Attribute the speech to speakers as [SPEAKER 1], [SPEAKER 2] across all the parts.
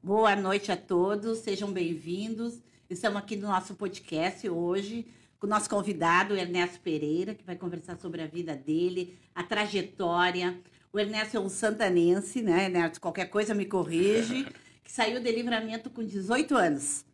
[SPEAKER 1] Boa noite a todos, sejam bem-vindos. Estamos aqui no nosso podcast hoje com o nosso convidado, Ernesto Pereira, que vai conversar sobre a vida dele, a trajetória. O Ernesto é um santanense, né, Ernesto? Qualquer coisa me corrige, que saiu de livramento com 18 anos.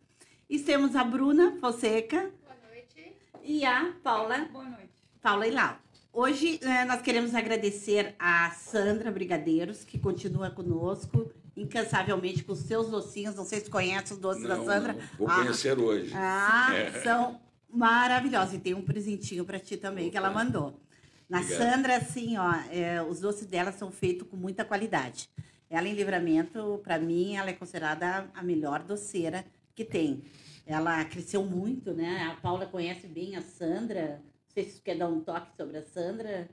[SPEAKER 1] E temos a Bruna Fonseca
[SPEAKER 2] Boa noite.
[SPEAKER 1] e a Paula,
[SPEAKER 2] Boa noite.
[SPEAKER 1] Paula Ilau. Hoje eh, nós queremos agradecer a Sandra Brigadeiros, que continua conosco incansavelmente com os seus docinhos. Não sei se conhece os doces da
[SPEAKER 3] Não,
[SPEAKER 1] Sandra.
[SPEAKER 3] não. Vou
[SPEAKER 1] Ah,
[SPEAKER 3] conhecer hoje.
[SPEAKER 1] Ah,
[SPEAKER 3] É.
[SPEAKER 1] são maravilhosos. E tem um presentinho para ti também que ela
[SPEAKER 3] Opa.
[SPEAKER 1] mandou. Na
[SPEAKER 3] Obrigado.
[SPEAKER 1] Sandra, assim, ó, é, os doces dela são feitos com muita qualidade. Ela em livramento, para mim, ela é considerada a melhor doceira que tem. Ela cresceu muito, né? A Paula conhece bem a Sandra. Não sei se tu quer dar um toque sobre a Sandra.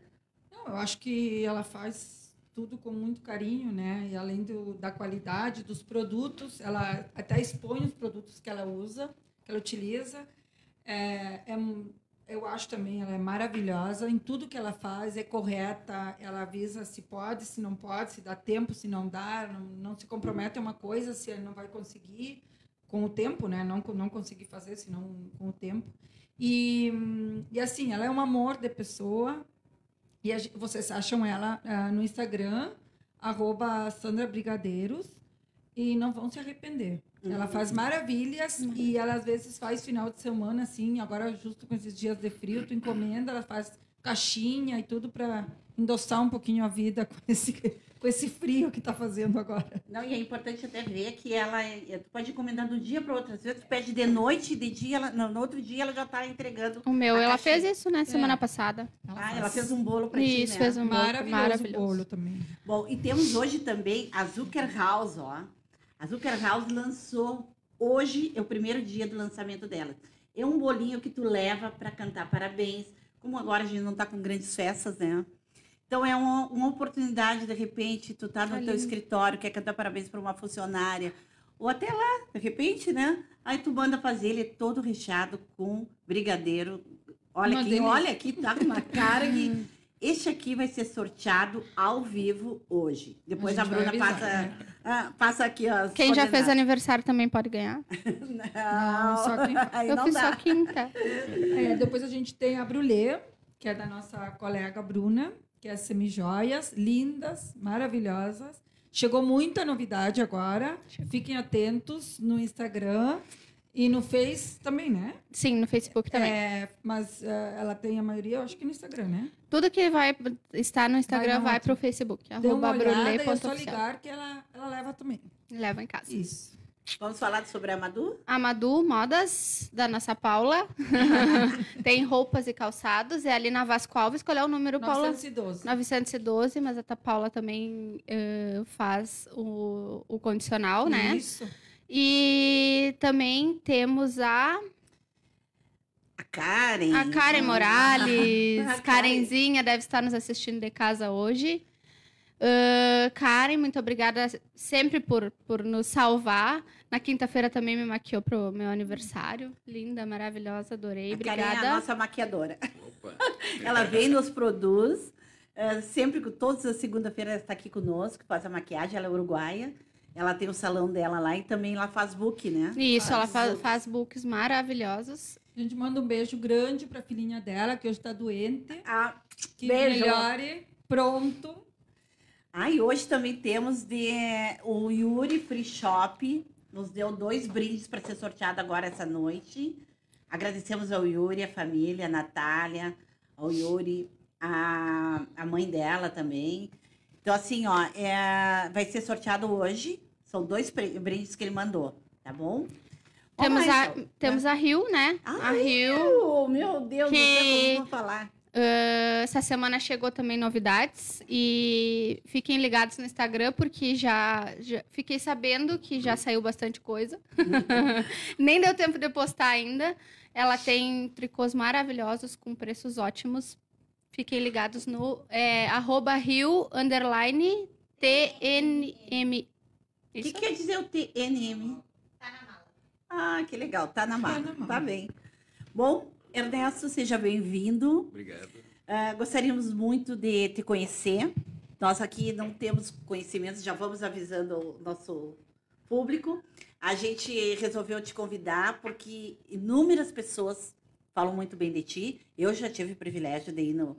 [SPEAKER 2] Não, eu acho que ela faz tudo com muito carinho, né? E além do, da qualidade dos produtos, ela até expõe os produtos que ela usa, que ela utiliza. É, é um- eu acho também ela é maravilhosa em tudo que ela faz, é correta, ela avisa se pode, se não pode, se dá tempo, se não dá, não, não se compromete a uma coisa se não vai conseguir com o tempo, né? Não co- não conseguir fazer, senão com o tempo. E, hum, e assim, ela é um amor de pessoa. E a gen- vocês acham ela ah, no Instagram, arroba Sandra Brigadeiros. E não vão se arrepender. Ela faz maravilhas e ela às vezes faz final de semana, assim, agora justo com esses dias de frio, tu encomenda, ela faz caixinha e tudo para endossar um pouquinho a vida com esse, com esse frio que tá fazendo agora.
[SPEAKER 1] Não, e é importante até ver que ela é- é- tu pode encomendar do dia para outras vezes, tu pede de noite, de dia, ela, no, no outro dia ela já tá entregando.
[SPEAKER 4] O meu,
[SPEAKER 1] A
[SPEAKER 4] ela
[SPEAKER 1] caixinha.
[SPEAKER 4] fez isso, né?
[SPEAKER 2] É.
[SPEAKER 4] Semana passada.
[SPEAKER 1] Ah, ela fez um bolo para ti,
[SPEAKER 4] Isso,
[SPEAKER 1] né?
[SPEAKER 4] fez um bolo
[SPEAKER 2] maravilhoso,
[SPEAKER 4] maravilhoso.
[SPEAKER 2] bolo também.
[SPEAKER 1] Bom, e temos hoje também a Zucker House, ó. A Zucker House lançou hoje é o primeiro dia do lançamento dela. É um bolinho que tu leva para cantar parabéns, como agora a gente não tá com grandes festas, né? Então é uma, uma oportunidade de repente tu tá no teu
[SPEAKER 4] Ali.
[SPEAKER 1] escritório, quer cantar parabéns para uma funcionária ou até lá, de repente, né? Aí tu manda fazer ele é todo recheado com brigadeiro. Olha
[SPEAKER 2] Uma
[SPEAKER 1] aqui,
[SPEAKER 2] delícia.
[SPEAKER 1] olha aqui, tá com uma cara que este aqui vai ser sorteado ao vivo hoje. Depois a,
[SPEAKER 2] gente vai
[SPEAKER 1] Bruna
[SPEAKER 2] avisar,
[SPEAKER 1] passa,
[SPEAKER 2] né?
[SPEAKER 1] ah, passa aqui as
[SPEAKER 4] Quem já fez
[SPEAKER 1] coordenadas.
[SPEAKER 4] aniversário também pode ganhar.
[SPEAKER 1] Não,
[SPEAKER 2] Não, só quem faz.
[SPEAKER 1] aí
[SPEAKER 4] eu
[SPEAKER 1] não
[SPEAKER 4] fiz
[SPEAKER 1] dá.
[SPEAKER 4] só quinta.
[SPEAKER 2] É, depois a gente tem a Brulé, que é da nossa colega Bruna, que é semijoias, lindas, maravilhosas. Chegou muita novidade agora. Fiquem atentos no Instagram e no Face também, né?
[SPEAKER 4] Sim, no Facebook também.
[SPEAKER 2] É, mas eh, ela tem a maioria, eu acho que no Instagram, né?
[SPEAKER 4] Tudo que vai estar no Instagram
[SPEAKER 2] Vai na
[SPEAKER 4] vai,
[SPEAKER 2] outra.
[SPEAKER 4] pro Facebook.
[SPEAKER 2] Dê uma
[SPEAKER 4] Arroba
[SPEAKER 2] olhada e é só
[SPEAKER 4] brulê.oficial.
[SPEAKER 2] ligar que ela, ela leva também.
[SPEAKER 4] Leva em casa.
[SPEAKER 2] Isso.
[SPEAKER 1] Vamos falar sobre a Madu?
[SPEAKER 4] A Madu Modas, da nossa Paula. Tem roupas e calçados. É ali na Vasco Alves. Qual é o número, Paula?
[SPEAKER 2] 912.
[SPEAKER 4] 912, mas a Paula também eh, faz o, o condicional, né?
[SPEAKER 2] Isso.
[SPEAKER 4] E também temos a
[SPEAKER 1] A Karen. Hum.
[SPEAKER 4] A Karen Morales,
[SPEAKER 1] A Karen.
[SPEAKER 4] Karenzinha deve estar nos assistindo de casa hoje. Ahn, Karen, muito obrigada sempre por, por nos salvar. Na quinta-feira também me maquiou pro meu aniversário. Linda, maravilhosa, adorei.
[SPEAKER 1] A Karen é a
[SPEAKER 4] Obrigada.
[SPEAKER 1] nossa maquiadora.
[SPEAKER 3] Opa.
[SPEAKER 1] Ela vem, nos produz. eh, sempre com todas as segunda-feiras está aqui conosco, faz a maquiagem, ela é uruguaia. Ela tem o salão dela lá e também lá faz book, né?
[SPEAKER 4] Isso, ela
[SPEAKER 1] Faz
[SPEAKER 4] fa-
[SPEAKER 1] o-
[SPEAKER 4] faz books maravilhosos.
[SPEAKER 2] A gente manda um beijo grande pra filhinha dela, que hoje tá doente.
[SPEAKER 1] Ah,
[SPEAKER 2] Que
[SPEAKER 1] Beijo.
[SPEAKER 2] melhore, pronto.
[SPEAKER 1] ah, e hoje também temos de o Yuri Free Shop nos deu dois brindes para ser sorteado agora essa noite. Agradecemos ao Yuri, a família, a Natália, ao Yuri, a, a mãe dela também. Então, assim, ó, é, vai ser sorteado hoje. São dois pre- brindes que ele mandou, tá bom? Vamos
[SPEAKER 4] Temos,
[SPEAKER 1] lá,
[SPEAKER 4] a,
[SPEAKER 1] então.
[SPEAKER 4] temos a Rio, né?
[SPEAKER 1] Ah,
[SPEAKER 4] a
[SPEAKER 1] Meu,
[SPEAKER 4] Rio.
[SPEAKER 1] meu Deus, do céu,
[SPEAKER 4] Que-
[SPEAKER 1] como eu vou falar.
[SPEAKER 4] Ahn, Ah, essa semana chegou também novidades e fiquem ligados no Instagram porque já, já fiquei sabendo que já saiu bastante coisa. Nem deu tempo de postar ainda. Ela tem tricôs maravilhosos com preços ótimos. Fiquem ligados no é, arroba rio underline TNM.
[SPEAKER 1] O
[SPEAKER 4] Isso?
[SPEAKER 1] que é quer dizer o TNM? Tá na mala. Ah, que legal, tá na mala. Tá,
[SPEAKER 2] na mala.
[SPEAKER 1] bem. Bom, Ernesto, seja bem-vindo.
[SPEAKER 3] Obrigado.
[SPEAKER 1] Ah, gostaríamos muito de te conhecer. Nós aqui não temos conhecimentos, já vamos avisando o nosso público, a gente resolveu te convidar porque inúmeras pessoas falam muito bem de ti. Eu já tive o privilégio de ir no,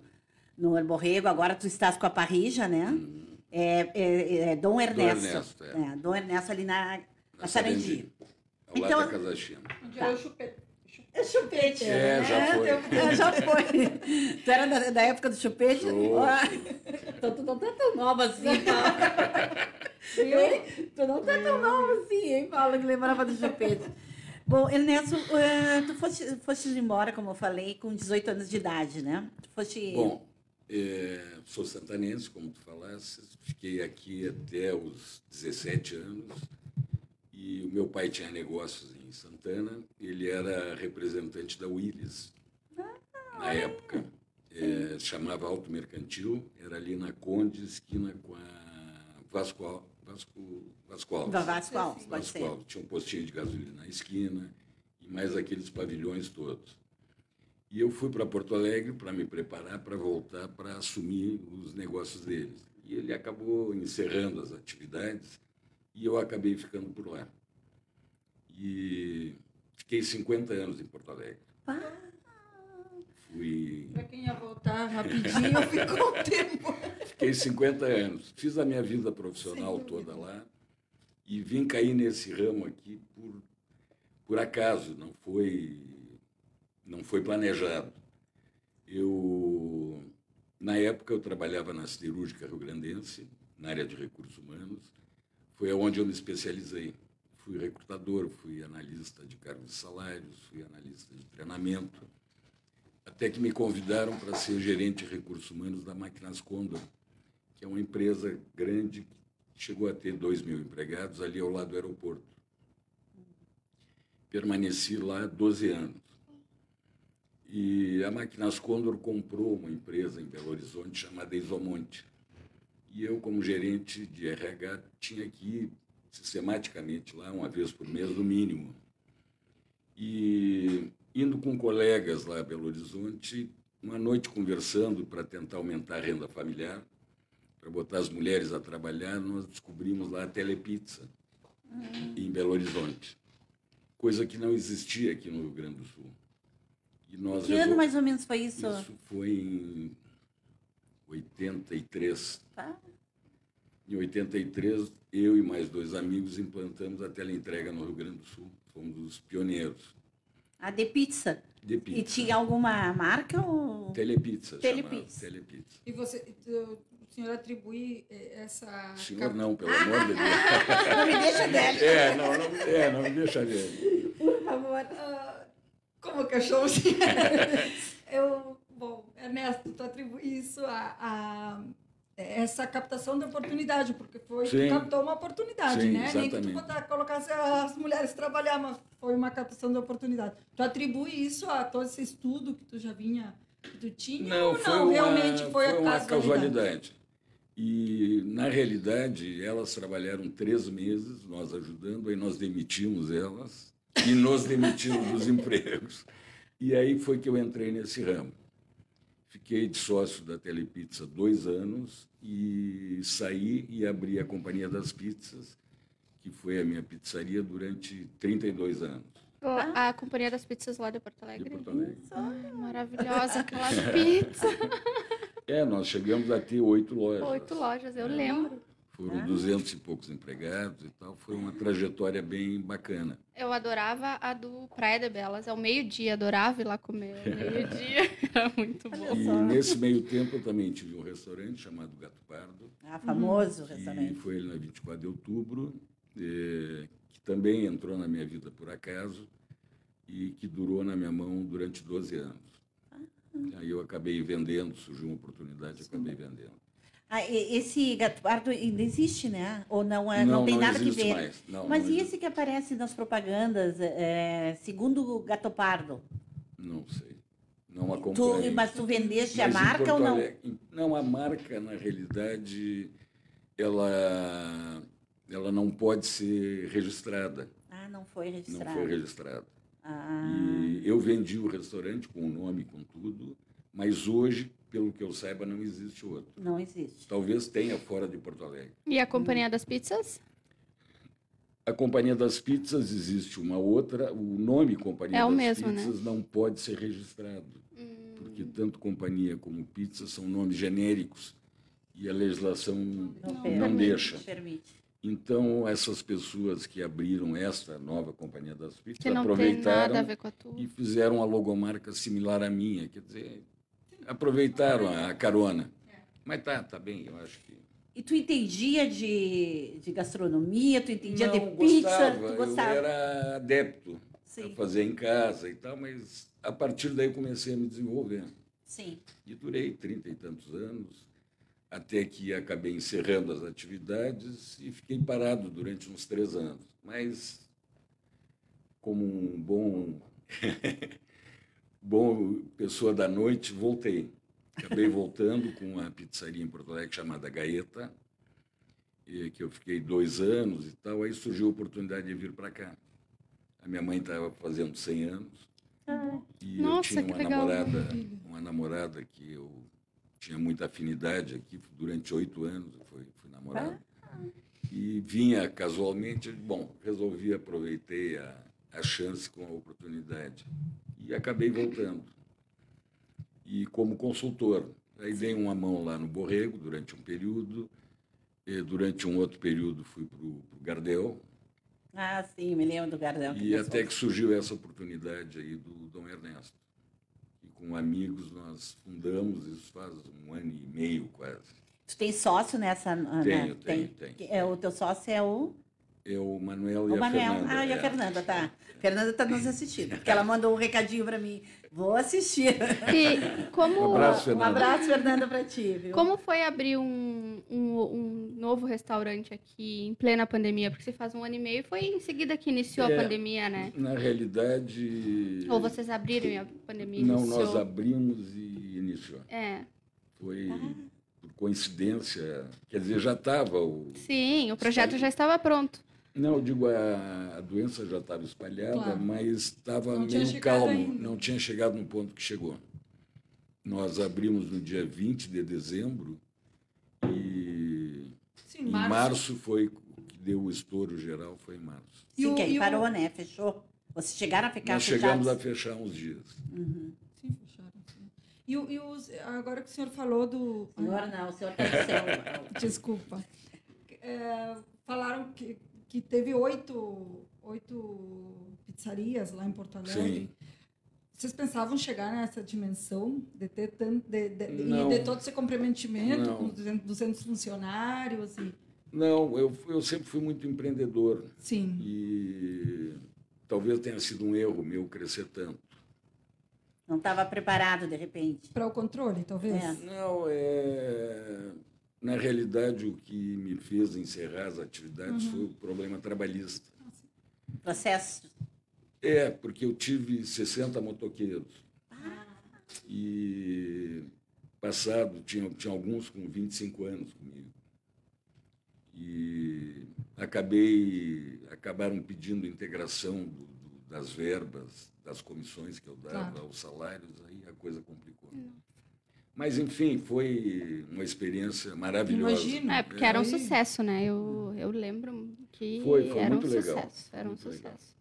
[SPEAKER 1] no Borrego, agora tu estás com a Parrija, né? É, é, é Dom Ernesto.
[SPEAKER 3] Ernesto, é.
[SPEAKER 1] Dom Ernesto ali na, na
[SPEAKER 3] Na
[SPEAKER 1] Sarandi.
[SPEAKER 3] Ao lado
[SPEAKER 1] Então-
[SPEAKER 3] da Casa China.
[SPEAKER 2] Onde
[SPEAKER 1] Tá.
[SPEAKER 2] eu chupei.
[SPEAKER 1] É chupete.
[SPEAKER 3] É,
[SPEAKER 1] né?
[SPEAKER 3] já foi.
[SPEAKER 1] É, já foi. tu era da, da época do chupete?
[SPEAKER 3] Sou.
[SPEAKER 1] Ah, Então tu não tá tão nova assim, Paula. Hein? tu não tá tão nova assim, hein, Paula, que lembrava do chupete. Bom, Ernesto, eh, tu foste, foste embora, como eu falei, com 18 anos de idade, né? Tu foste...
[SPEAKER 3] Bom, é, sou santanense, como tu falaste, fiquei aqui até os 17 anos e o meu pai tinha negócios em Santana, ele era representante da Willis na
[SPEAKER 1] Ah,
[SPEAKER 3] época. É, chamava Alto Mercantil, era ali na Conde, esquina com a Vasco, Al- Vasco, Vasco Alves.
[SPEAKER 1] da Vasco Alves, pode
[SPEAKER 3] Vasco
[SPEAKER 1] ser.
[SPEAKER 3] Alves. Tinha um postinho de gasolina na esquina e mais aqueles pavilhões todos. E eu fui para Porto Alegre para me preparar para voltar para assumir os negócios deles. E ele acabou encerrando as atividades e eu acabei ficando por lá. E fiquei 50 anos em Porto Alegre.
[SPEAKER 1] Pá.
[SPEAKER 3] Fui
[SPEAKER 2] Pra quem ia voltar rapidinho, ficou um tempo.
[SPEAKER 3] Fiquei 50 anos. Fiz a minha vida profissional toda lá e vim cair nesse ramo aqui por, por acaso, não foi, não foi planejado. Eu, na época, eu trabalhava na cirúrgica rio-grandense, na área de recursos humanos. Foi aonde eu me especializei. Fui recrutador, fui analista de cargos e salários, fui analista de treinamento até que me convidaram para ser gerente de recursos humanos da Máquinas Condor, que é uma empresa grande que chegou a ter 2 mil empregados ali ao lado do aeroporto. Permaneci lá 12 anos. E a Máquinas Condor comprou uma empresa em Belo Horizonte chamada Isomonte. E eu, como gerente de RH, tinha que ir sistematicamente lá, uma vez por mês, no mínimo. E indo com colegas lá a Belo Horizonte, uma noite conversando para tentar aumentar a renda familiar, para botar as mulheres a trabalhar, nós descobrimos lá a Telepizza, em Belo Horizonte. Coisa que não existia aqui no Rio Grande do Sul. E nós
[SPEAKER 1] Que ano
[SPEAKER 3] resol-
[SPEAKER 1] mais ou menos foi isso?
[SPEAKER 3] isso foi em 83.
[SPEAKER 1] Tá.
[SPEAKER 3] Em 83, eu e mais dois amigos implantamos a teleentrega no Rio Grande do Sul. Fomos os pioneiros
[SPEAKER 1] A de pizza.
[SPEAKER 3] de
[SPEAKER 1] E
[SPEAKER 3] pizza.
[SPEAKER 1] tinha alguma marca ou...
[SPEAKER 3] Telepizza,
[SPEAKER 1] Telepizza.
[SPEAKER 3] chamava, Telepizza.
[SPEAKER 2] E você, tu- o senhor atribui eh, essa.
[SPEAKER 3] O senhor não, pelo
[SPEAKER 1] Ah,
[SPEAKER 3] amor de Deus.
[SPEAKER 1] Não me deixa dela.
[SPEAKER 3] É, não, não, é, não me deixa ver.
[SPEAKER 2] Por favor, ah, como cachorro. assim. Eu, bom, Ernesto, tu atribui isso a, a essa captação da oportunidade, porque foi
[SPEAKER 3] Sim.
[SPEAKER 2] tu captou uma oportunidade,
[SPEAKER 3] Sim,
[SPEAKER 2] né? Nem que tu
[SPEAKER 3] exatamente.
[SPEAKER 2] botar, colocasse as mulheres trabalhar, mas foi uma captação da oportunidade. Tu atribui isso a todo esse estudo que tu já vinha, que tu tinha, ou não? Realmente foi, a
[SPEAKER 3] uma
[SPEAKER 2] casualidade.
[SPEAKER 3] casualidade. E, na realidade, elas trabalharam três meses, nós ajudando, aí nós demitimos elas e nos demitimos dos empregos. E aí foi que eu entrei nesse ramo. Fiquei de sócio da Telepizza dois anos e saí e abri a Companhia das Pizzas, que foi a minha pizzaria durante 32 anos.
[SPEAKER 4] A Companhia das Pizzas lá de Porto
[SPEAKER 3] De
[SPEAKER 4] Alegre.
[SPEAKER 3] Porto Alegre.
[SPEAKER 4] Ai, maravilhosa aquela pizza.
[SPEAKER 3] É, nós chegamos a ter oito lojas.
[SPEAKER 4] Oito lojas, eu lembro.
[SPEAKER 3] Foram duzentos e poucos empregados e tal. Foi uma trajetória bem bacana.
[SPEAKER 4] Eu adorava a do Praia de Belas. Ao meio-dia, adorava ir lá comer. Ao meio-dia, era muito bom.
[SPEAKER 3] E
[SPEAKER 1] É só.
[SPEAKER 3] nesse meio tempo eu também tive um restaurante chamado Gato Pardo,
[SPEAKER 1] Ah, famoso
[SPEAKER 3] que
[SPEAKER 1] restaurante.
[SPEAKER 3] foi ele na 24 de outubro, eh, que também entrou na minha vida por acaso e que durou na minha mão durante 12 anos.
[SPEAKER 1] Ah.
[SPEAKER 3] Aí eu acabei vendendo, surgiu uma oportunidade, eu acabei vendendo.
[SPEAKER 1] Ah, e- esse Gatuardo ainda existe, né? Ou não, é, não, tem nada que
[SPEAKER 3] existe
[SPEAKER 1] ver.
[SPEAKER 3] mais. Não,
[SPEAKER 1] Mas
[SPEAKER 3] não
[SPEAKER 1] e
[SPEAKER 3] existe.
[SPEAKER 1] esse que aparece nas propagandas, é, segundo o Gato Pardo?
[SPEAKER 3] Não sei. Não
[SPEAKER 1] Tu,
[SPEAKER 3] acompanhei.
[SPEAKER 1] mas tu vendeste a
[SPEAKER 3] Mas em
[SPEAKER 1] marca ou
[SPEAKER 3] Porto
[SPEAKER 1] não?
[SPEAKER 3] Alegre- em- Não, a marca, na realidade, ela, ela não pode ser registrada.
[SPEAKER 1] Ah, não foi
[SPEAKER 3] Não
[SPEAKER 1] registrado.
[SPEAKER 3] foi registrada.
[SPEAKER 1] Ah,
[SPEAKER 3] E eu vendi o restaurante com o nome, com tudo, mas hoje, pelo que eu saiba, não existe outro.
[SPEAKER 1] não existe.
[SPEAKER 3] Talvez tenha fora de Porto Alegre.
[SPEAKER 4] E a Companhia das Pizzas?
[SPEAKER 3] A Companhia das Pizzas existe uma outra, o nome Companhia
[SPEAKER 4] É o
[SPEAKER 3] das
[SPEAKER 4] mesmo, né? Hum.
[SPEAKER 3] Pizzas não pode ser registrado, porque tanto companhia como pizza são nomes genéricos e a legislação
[SPEAKER 1] Não,
[SPEAKER 3] não,
[SPEAKER 1] permite,
[SPEAKER 3] deixa.
[SPEAKER 1] permite.
[SPEAKER 3] Então, essas pessoas que abriram esta nova Companhia das Pizzas
[SPEAKER 4] Que não tem nada a
[SPEAKER 3] aproveitaram
[SPEAKER 4] ver com a tua.
[SPEAKER 3] e fizeram uma logomarca similar à minha, quer dizer, aproveitaram a a carona.
[SPEAKER 1] É.
[SPEAKER 3] Mas tá, tá bem, eu acho que
[SPEAKER 1] E tu entendia de, de gastronomia, tu entendia
[SPEAKER 3] Não,
[SPEAKER 1] de pizza, tu
[SPEAKER 3] Eu
[SPEAKER 1] gostava.
[SPEAKER 3] era adepto a
[SPEAKER 1] Sim,
[SPEAKER 3] fazer em casa e tal, mas a partir daí eu comecei a me desenvolver.
[SPEAKER 1] sim.
[SPEAKER 3] E durei trinta e tantos anos, até que acabei encerrando as atividades e fiquei parado durante uns três anos. Mas, como um bom, bom pessoa da noite, voltei. Acabei voltando com uma pizzaria em Porto Alegre chamada Gaeta, e que eu fiquei dois anos e tal. Aí surgiu a oportunidade de vir para cá. A minha mãe estava fazendo 100 anos. E
[SPEAKER 4] Nossa,
[SPEAKER 3] eu
[SPEAKER 4] que
[SPEAKER 3] tinha uma
[SPEAKER 4] legal.
[SPEAKER 3] namorada, uma namorada que eu tinha muita afinidade aqui durante oito anos, eu fui, fui namorado.
[SPEAKER 4] Ah.
[SPEAKER 3] E vinha casualmente, bom, resolvi, aproveitei a, a chance com a oportunidade. E acabei voltando. E como consultor. Aí dei uma mão lá no Borrego durante um período. E durante um outro período fui para o Gardel.
[SPEAKER 1] Ah, sim, me lembro do Gardel.
[SPEAKER 3] E
[SPEAKER 1] passou.
[SPEAKER 3] até que surgiu essa oportunidade aí do Dom Ernesto. E com amigos nós fundamos, isso faz um ano e meio quase.
[SPEAKER 1] Tu tem sócio nessa? né?
[SPEAKER 3] Tenho, tenho, tenho.
[SPEAKER 1] Que É, o teu sócio é o,
[SPEAKER 3] É o Manuel e
[SPEAKER 1] o
[SPEAKER 3] a
[SPEAKER 1] Manuel.
[SPEAKER 3] Fernanda.
[SPEAKER 1] ah, e a
[SPEAKER 3] é.
[SPEAKER 1] Fernanda, tá. Fernanda tá nos assistindo, porque ela mandou um recadinho pra mim. Vou assistir.
[SPEAKER 4] E
[SPEAKER 3] Um
[SPEAKER 4] como,
[SPEAKER 3] abraço,
[SPEAKER 1] um
[SPEAKER 3] Fernanda.
[SPEAKER 1] abraço, Fernanda, pra ti, viu?
[SPEAKER 4] como foi abrir um, um, um novo restaurante aqui em plena pandemia? Porque você faz um ano e meio e foi em seguida que iniciou
[SPEAKER 3] É.
[SPEAKER 4] a pandemia, né?
[SPEAKER 3] Na realidade,
[SPEAKER 4] Ou vocês abriram e a pandemia
[SPEAKER 3] não,
[SPEAKER 4] iniciou?
[SPEAKER 3] nós abrimos e iniciou.
[SPEAKER 4] É.
[SPEAKER 3] Foi
[SPEAKER 2] Tá.
[SPEAKER 3] por coincidência, quer dizer, já estava o...
[SPEAKER 4] Sim, o projeto já estava pronto.
[SPEAKER 3] Não, eu digo, a, a doença já estava espalhada,
[SPEAKER 2] Claro.
[SPEAKER 3] mas estava
[SPEAKER 2] Não tinha
[SPEAKER 3] meio
[SPEAKER 2] chegado
[SPEAKER 3] calmo,
[SPEAKER 2] ainda.
[SPEAKER 3] não tinha chegado no ponto que chegou. Nós abrimos no dia 20 de dezembro e
[SPEAKER 2] Sim,
[SPEAKER 3] em março, foi o que deu o estouro geral, foi em março.
[SPEAKER 1] Sim,
[SPEAKER 2] E o-
[SPEAKER 1] que aí
[SPEAKER 2] e o-
[SPEAKER 1] parou, né? Fechou. Vocês chegaram a ficar
[SPEAKER 3] Nós chegamos a
[SPEAKER 1] fechados?
[SPEAKER 3] fechar uns dias.
[SPEAKER 2] Sim, fecharam. sim. E, o- e os, agora que o senhor falou do.
[SPEAKER 1] Senhor, não, o senhor tá no céu.
[SPEAKER 2] Desculpa. É, falaram que, que teve oito, oito pizzarias lá em Porto Alegre.
[SPEAKER 3] Sim.
[SPEAKER 2] Vocês pensavam chegar nessa dimensão de ter tanto de, de- de-
[SPEAKER 3] Não.
[SPEAKER 2] e de todo esse comprometimento
[SPEAKER 3] Não.
[SPEAKER 2] com 200, 200 funcionários e
[SPEAKER 3] Não, eu, eu sempre fui muito empreendedor
[SPEAKER 2] sim
[SPEAKER 3] e talvez tenha sido um erro meu crescer tanto.
[SPEAKER 1] Não estava preparado, de repente.
[SPEAKER 2] para o controle talvez.
[SPEAKER 1] É.
[SPEAKER 3] Não, é... na realidade o que me fez encerrar as atividades foi o problema trabalhista.
[SPEAKER 1] Processo.
[SPEAKER 3] É, porque eu tive 60 motoqueiros. E passado, tinha, tinha alguns com 25 anos comigo. E acabei, acabaram pedindo integração do- do- das verbas, das comissões que eu dava
[SPEAKER 2] Claro.
[SPEAKER 3] aos salários, aí a coisa complicou. Mas, enfim, foi uma experiência maravilhosa.
[SPEAKER 2] Imagino.
[SPEAKER 4] É, porque era um
[SPEAKER 2] Foi-
[SPEAKER 4] sucesso, né? Eu, eu lembro que
[SPEAKER 3] Foi, foi
[SPEAKER 4] era
[SPEAKER 3] muito
[SPEAKER 4] um
[SPEAKER 3] legal.
[SPEAKER 4] sucesso. Era um
[SPEAKER 3] Muito legal.
[SPEAKER 4] sucesso.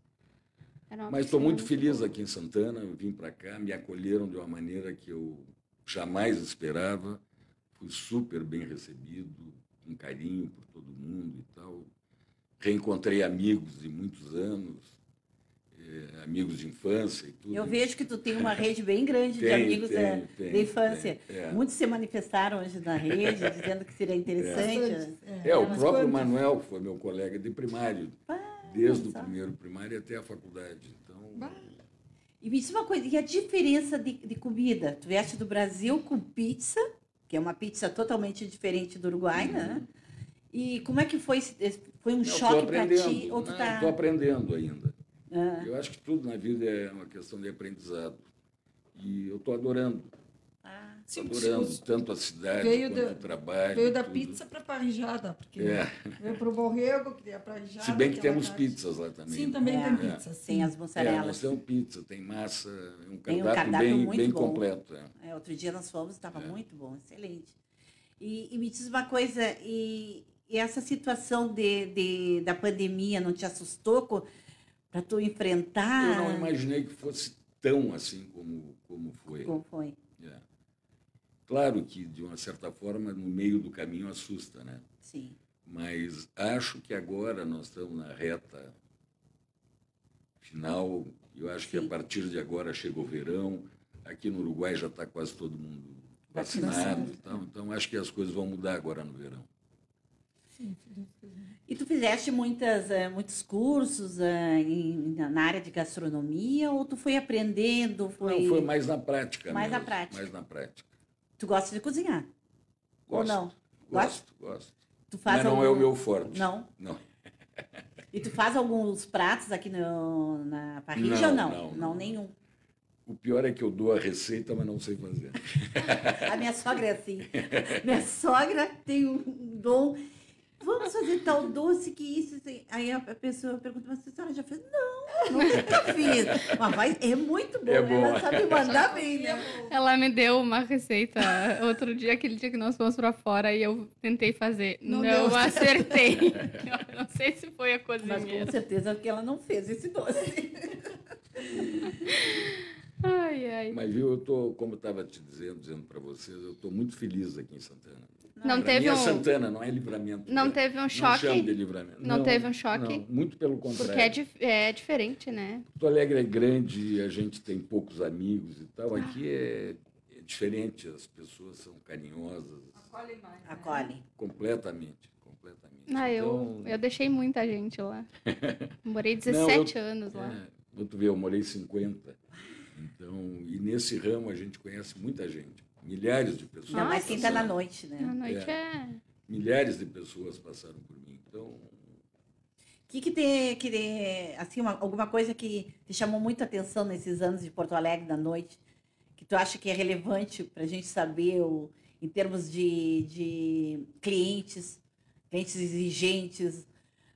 [SPEAKER 4] Era uma
[SPEAKER 3] Mas estou
[SPEAKER 4] piscina
[SPEAKER 3] muito feliz
[SPEAKER 4] boa.
[SPEAKER 3] aqui em Santana, eu vim para cá, me acolheram de uma maneira que eu jamais esperava. Fui super bem recebido, com carinho por todo mundo e tal. Reencontrei amigos de muitos anos, eh, amigos de infância e tudo.
[SPEAKER 1] Eu vejo que tu tem uma rede bem grande de
[SPEAKER 3] Tenho,
[SPEAKER 1] amigos
[SPEAKER 3] tenho,
[SPEAKER 1] da,
[SPEAKER 3] tenho,
[SPEAKER 1] da infância.
[SPEAKER 3] tenho, é.
[SPEAKER 1] Muitos se manifestaram hoje na rede, dizendo que seria interessante.
[SPEAKER 2] É,
[SPEAKER 3] É, o
[SPEAKER 2] mas
[SPEAKER 3] próprio
[SPEAKER 2] quando-
[SPEAKER 3] Manuel foi meu colega de primário, desde o primeiro primário até a faculdade. Então,
[SPEAKER 2] Bah,
[SPEAKER 1] E me diz uma coisa, e a diferença de, de comida? Tu vieste do Brasil com pizza, que é uma pizza totalmente diferente do Uruguai, né? E como é que foi? esse- esse- Foi um
[SPEAKER 3] Uhum. Não,
[SPEAKER 1] choque
[SPEAKER 3] tô
[SPEAKER 1] pra ti? Ou
[SPEAKER 3] aprendendo,
[SPEAKER 1] tu
[SPEAKER 3] né?
[SPEAKER 1] tá... Ah,
[SPEAKER 3] Tô aprendendo ainda. Eu acho que tudo na vida é uma questão de aprendizado. E eu estou adorando,
[SPEAKER 2] se o- se
[SPEAKER 3] adorando
[SPEAKER 2] o-
[SPEAKER 3] tanto a cidade
[SPEAKER 2] Veio
[SPEAKER 3] quanto
[SPEAKER 2] da-
[SPEAKER 3] o trabalho.
[SPEAKER 2] veio da
[SPEAKER 3] tudo.
[SPEAKER 2] pizza para parrijada porque
[SPEAKER 3] É.
[SPEAKER 2] veio para o borrego que é parrijada.
[SPEAKER 3] Se bem que
[SPEAKER 2] aquela
[SPEAKER 3] temos
[SPEAKER 2] parte.
[SPEAKER 3] pizzas lá também. né?
[SPEAKER 2] Sim, também
[SPEAKER 1] É.
[SPEAKER 2] tem pizza. Sim.
[SPEAKER 1] Tem as
[SPEAKER 3] É,
[SPEAKER 1] mussarelas.
[SPEAKER 3] nós temos pizza, tem massa, é um cardápio,
[SPEAKER 1] Tem um cardápio
[SPEAKER 3] bem,
[SPEAKER 1] muito
[SPEAKER 3] bem
[SPEAKER 1] bom.
[SPEAKER 3] completo. é.
[SPEAKER 1] É, outro dia nós fomos, estava muito bom, excelente. E, e me diz uma coisa, e, e essa situação de, de- da pandemia não te assustou para tu enfrentar?
[SPEAKER 3] Eu
[SPEAKER 2] Ah.
[SPEAKER 3] não imaginei que fosse tão assim como, como foi.
[SPEAKER 1] Como foi?
[SPEAKER 3] É. Claro que, de uma certa forma, no meio do caminho assusta, né?
[SPEAKER 1] Sim.
[SPEAKER 3] Mas acho que agora nós estamos na reta final. Eu acho que a
[SPEAKER 1] Sim.
[SPEAKER 3] partir de agora chega o verão. Aqui no Uruguai já está quase todo mundo
[SPEAKER 1] Vacinado.
[SPEAKER 3] vacinado. e tal. Então, acho que as coisas vão mudar agora no verão.
[SPEAKER 2] Sim, se Deus quiser.
[SPEAKER 1] E tu fizeste muitas, eh, muitos cursos eh, em- na na área de gastronomia ou tu foi aprendendo? Foi...
[SPEAKER 3] Não, foi mais na prática
[SPEAKER 1] Mais na
[SPEAKER 3] mesmo,
[SPEAKER 1] prática.
[SPEAKER 3] Mais na prática.
[SPEAKER 1] Tu gosta de cozinhar? Ou
[SPEAKER 3] Gosto,
[SPEAKER 1] não?
[SPEAKER 3] Gosto, gosto.
[SPEAKER 1] Tu faz
[SPEAKER 3] Mas não é o
[SPEAKER 1] algum-
[SPEAKER 3] meu forte.
[SPEAKER 1] Não.
[SPEAKER 3] Não.
[SPEAKER 1] E tu faz alguns pratos aqui no, na parrilha
[SPEAKER 3] Não,
[SPEAKER 1] ou não?
[SPEAKER 3] não,
[SPEAKER 1] Não,
[SPEAKER 3] não.
[SPEAKER 1] nenhum.
[SPEAKER 3] O pior é que eu dou a receita, mas não sei fazer.
[SPEAKER 1] A minha sogra é assim. Minha sogra tem um dom. Vamos fazer tal doce que isso. isso. Aí a a pessoa pergunta, mas a senhora já fez? Não, nunca fiz. Mas vai, é muito bom.
[SPEAKER 3] É
[SPEAKER 1] Ela
[SPEAKER 3] boa.
[SPEAKER 1] sabe mandar bem,
[SPEAKER 2] E é
[SPEAKER 1] né?
[SPEAKER 2] bom.
[SPEAKER 4] Ela me deu uma receita outro dia, aquele dia que nós fomos pra fora e eu tentei fazer.
[SPEAKER 2] Não
[SPEAKER 4] Não,
[SPEAKER 2] deu certo.
[SPEAKER 4] acertei. Eu não sei se foi a
[SPEAKER 1] Mas com
[SPEAKER 4] cozinheira.
[SPEAKER 1] certeza que ela não fez esse doce.
[SPEAKER 4] Ai, ai.
[SPEAKER 3] Mas viu, eu tô, como eu estava te dizendo, dizendo para vocês, eu estou muito feliz aqui em Santana.
[SPEAKER 4] Não
[SPEAKER 3] Pra mim
[SPEAKER 4] teve
[SPEAKER 3] é
[SPEAKER 4] um.
[SPEAKER 3] Santana, não é livramento.
[SPEAKER 4] Não
[SPEAKER 3] né?
[SPEAKER 4] teve um
[SPEAKER 3] Não chamo de um
[SPEAKER 4] choque.
[SPEAKER 3] livramento.
[SPEAKER 4] Não teve um choque?
[SPEAKER 3] não, muito pelo contrário.
[SPEAKER 4] Porque é, dif- é diferente, né?
[SPEAKER 3] Porto Alegre é grande, a gente tem poucos amigos e tal. Aqui é, é diferente, as pessoas são carinhosas,
[SPEAKER 2] Acolhe mais. né?
[SPEAKER 1] Acolhe.
[SPEAKER 3] completamente, completamente.
[SPEAKER 4] Ah, eu,
[SPEAKER 3] Então,
[SPEAKER 4] eu deixei muita gente lá. Morei
[SPEAKER 3] eu-
[SPEAKER 4] 17 anos lá.
[SPEAKER 3] É, pra tu ver, eu morei 50. Então, e nesse ramo a gente conhece muita gente, milhares de pessoas.
[SPEAKER 1] Ainda mais
[SPEAKER 4] Nossa
[SPEAKER 1] quem tá na
[SPEAKER 3] passaram-
[SPEAKER 1] noite, né?
[SPEAKER 4] A noite é.
[SPEAKER 3] Milhares de pessoas passaram por mim. Então,
[SPEAKER 1] O que, que te, que te- assim, uma- alguma coisa que te chamou muita atenção nesses anos de Porto Alegre da noite, que tu acha que é relevante para a gente saber o, em termos de, de clientes, clientes exigentes?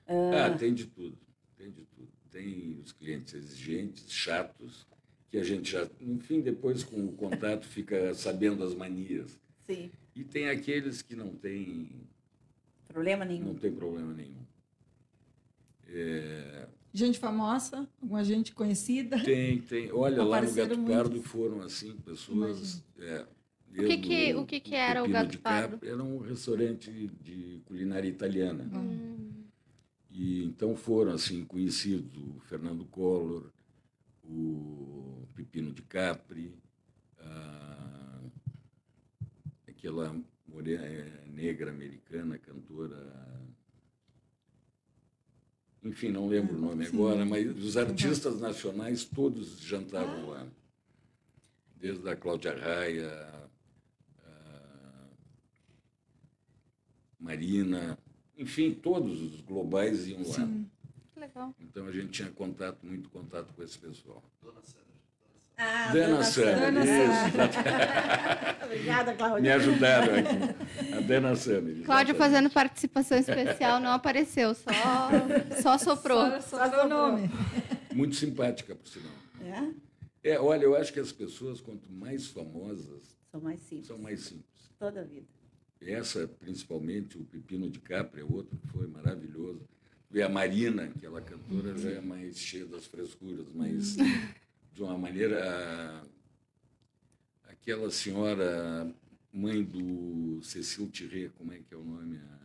[SPEAKER 3] Ah, tem de tudo, tem de tudo. Tem os clientes exigentes, chatos, que a gente já, enfim, depois com o contato fica sabendo as manias.
[SPEAKER 1] Sim,
[SPEAKER 3] E tem aqueles que não tem,
[SPEAKER 1] problema
[SPEAKER 3] não
[SPEAKER 1] nenhum.
[SPEAKER 3] tem problema nenhum.
[SPEAKER 2] Gente famosa, alguma gente conhecida.
[SPEAKER 3] Tem, tem. Olha, lá no
[SPEAKER 2] Apareceram
[SPEAKER 3] Gato
[SPEAKER 2] muitos.
[SPEAKER 3] Pardo foram assim, pessoas. é,
[SPEAKER 4] O que
[SPEAKER 3] eu
[SPEAKER 4] que-
[SPEAKER 3] no-
[SPEAKER 4] o que que
[SPEAKER 3] no
[SPEAKER 4] era o
[SPEAKER 3] Pepino
[SPEAKER 4] Gato
[SPEAKER 3] de
[SPEAKER 4] Pardo?
[SPEAKER 3] Capri, Era um restaurante de culinária italiana.
[SPEAKER 4] Hum.
[SPEAKER 3] E então foram assim conhecidos o Fernando Collor, o Pepino de Capri, a- aquela morena, eh, negra americana, cantora. Enfim, não lembro o nome
[SPEAKER 2] Sim.
[SPEAKER 3] agora, mas os artistas nacionais todos jantavam lá. Desde a Cláudia Raia, a Marina, enfim, todos os globais iam lá.
[SPEAKER 2] Sim.
[SPEAKER 4] Que legal.
[SPEAKER 3] Então a gente tinha contato, muito contato com esse pessoal.
[SPEAKER 1] Ah,
[SPEAKER 3] Dana Sandra,
[SPEAKER 2] Dana
[SPEAKER 3] isso.
[SPEAKER 1] Obrigada,
[SPEAKER 3] Me
[SPEAKER 1] Cláudia.
[SPEAKER 3] ajudaram aqui. A Dana Sandra.
[SPEAKER 4] Cláudio fazendo participação especial, não apareceu, só, só soprou.
[SPEAKER 2] Só, só deu o nome.
[SPEAKER 3] Muito simpática, por sinal.
[SPEAKER 1] É?
[SPEAKER 3] É, olha, eu acho que as pessoas, quanto mais famosas,
[SPEAKER 1] Sou mais simples,
[SPEAKER 3] são mais simples.
[SPEAKER 1] toda a vida.
[SPEAKER 3] Essa, principalmente, o Pepino de Capra é outro que foi maravilhoso. E a Marina, aquela cantora, já é mais cheia das frescuras, mas
[SPEAKER 1] Uhum.
[SPEAKER 3] de uma maneira. a- Aquela senhora, mãe do Cecil Tiré, como é que é o nome? A-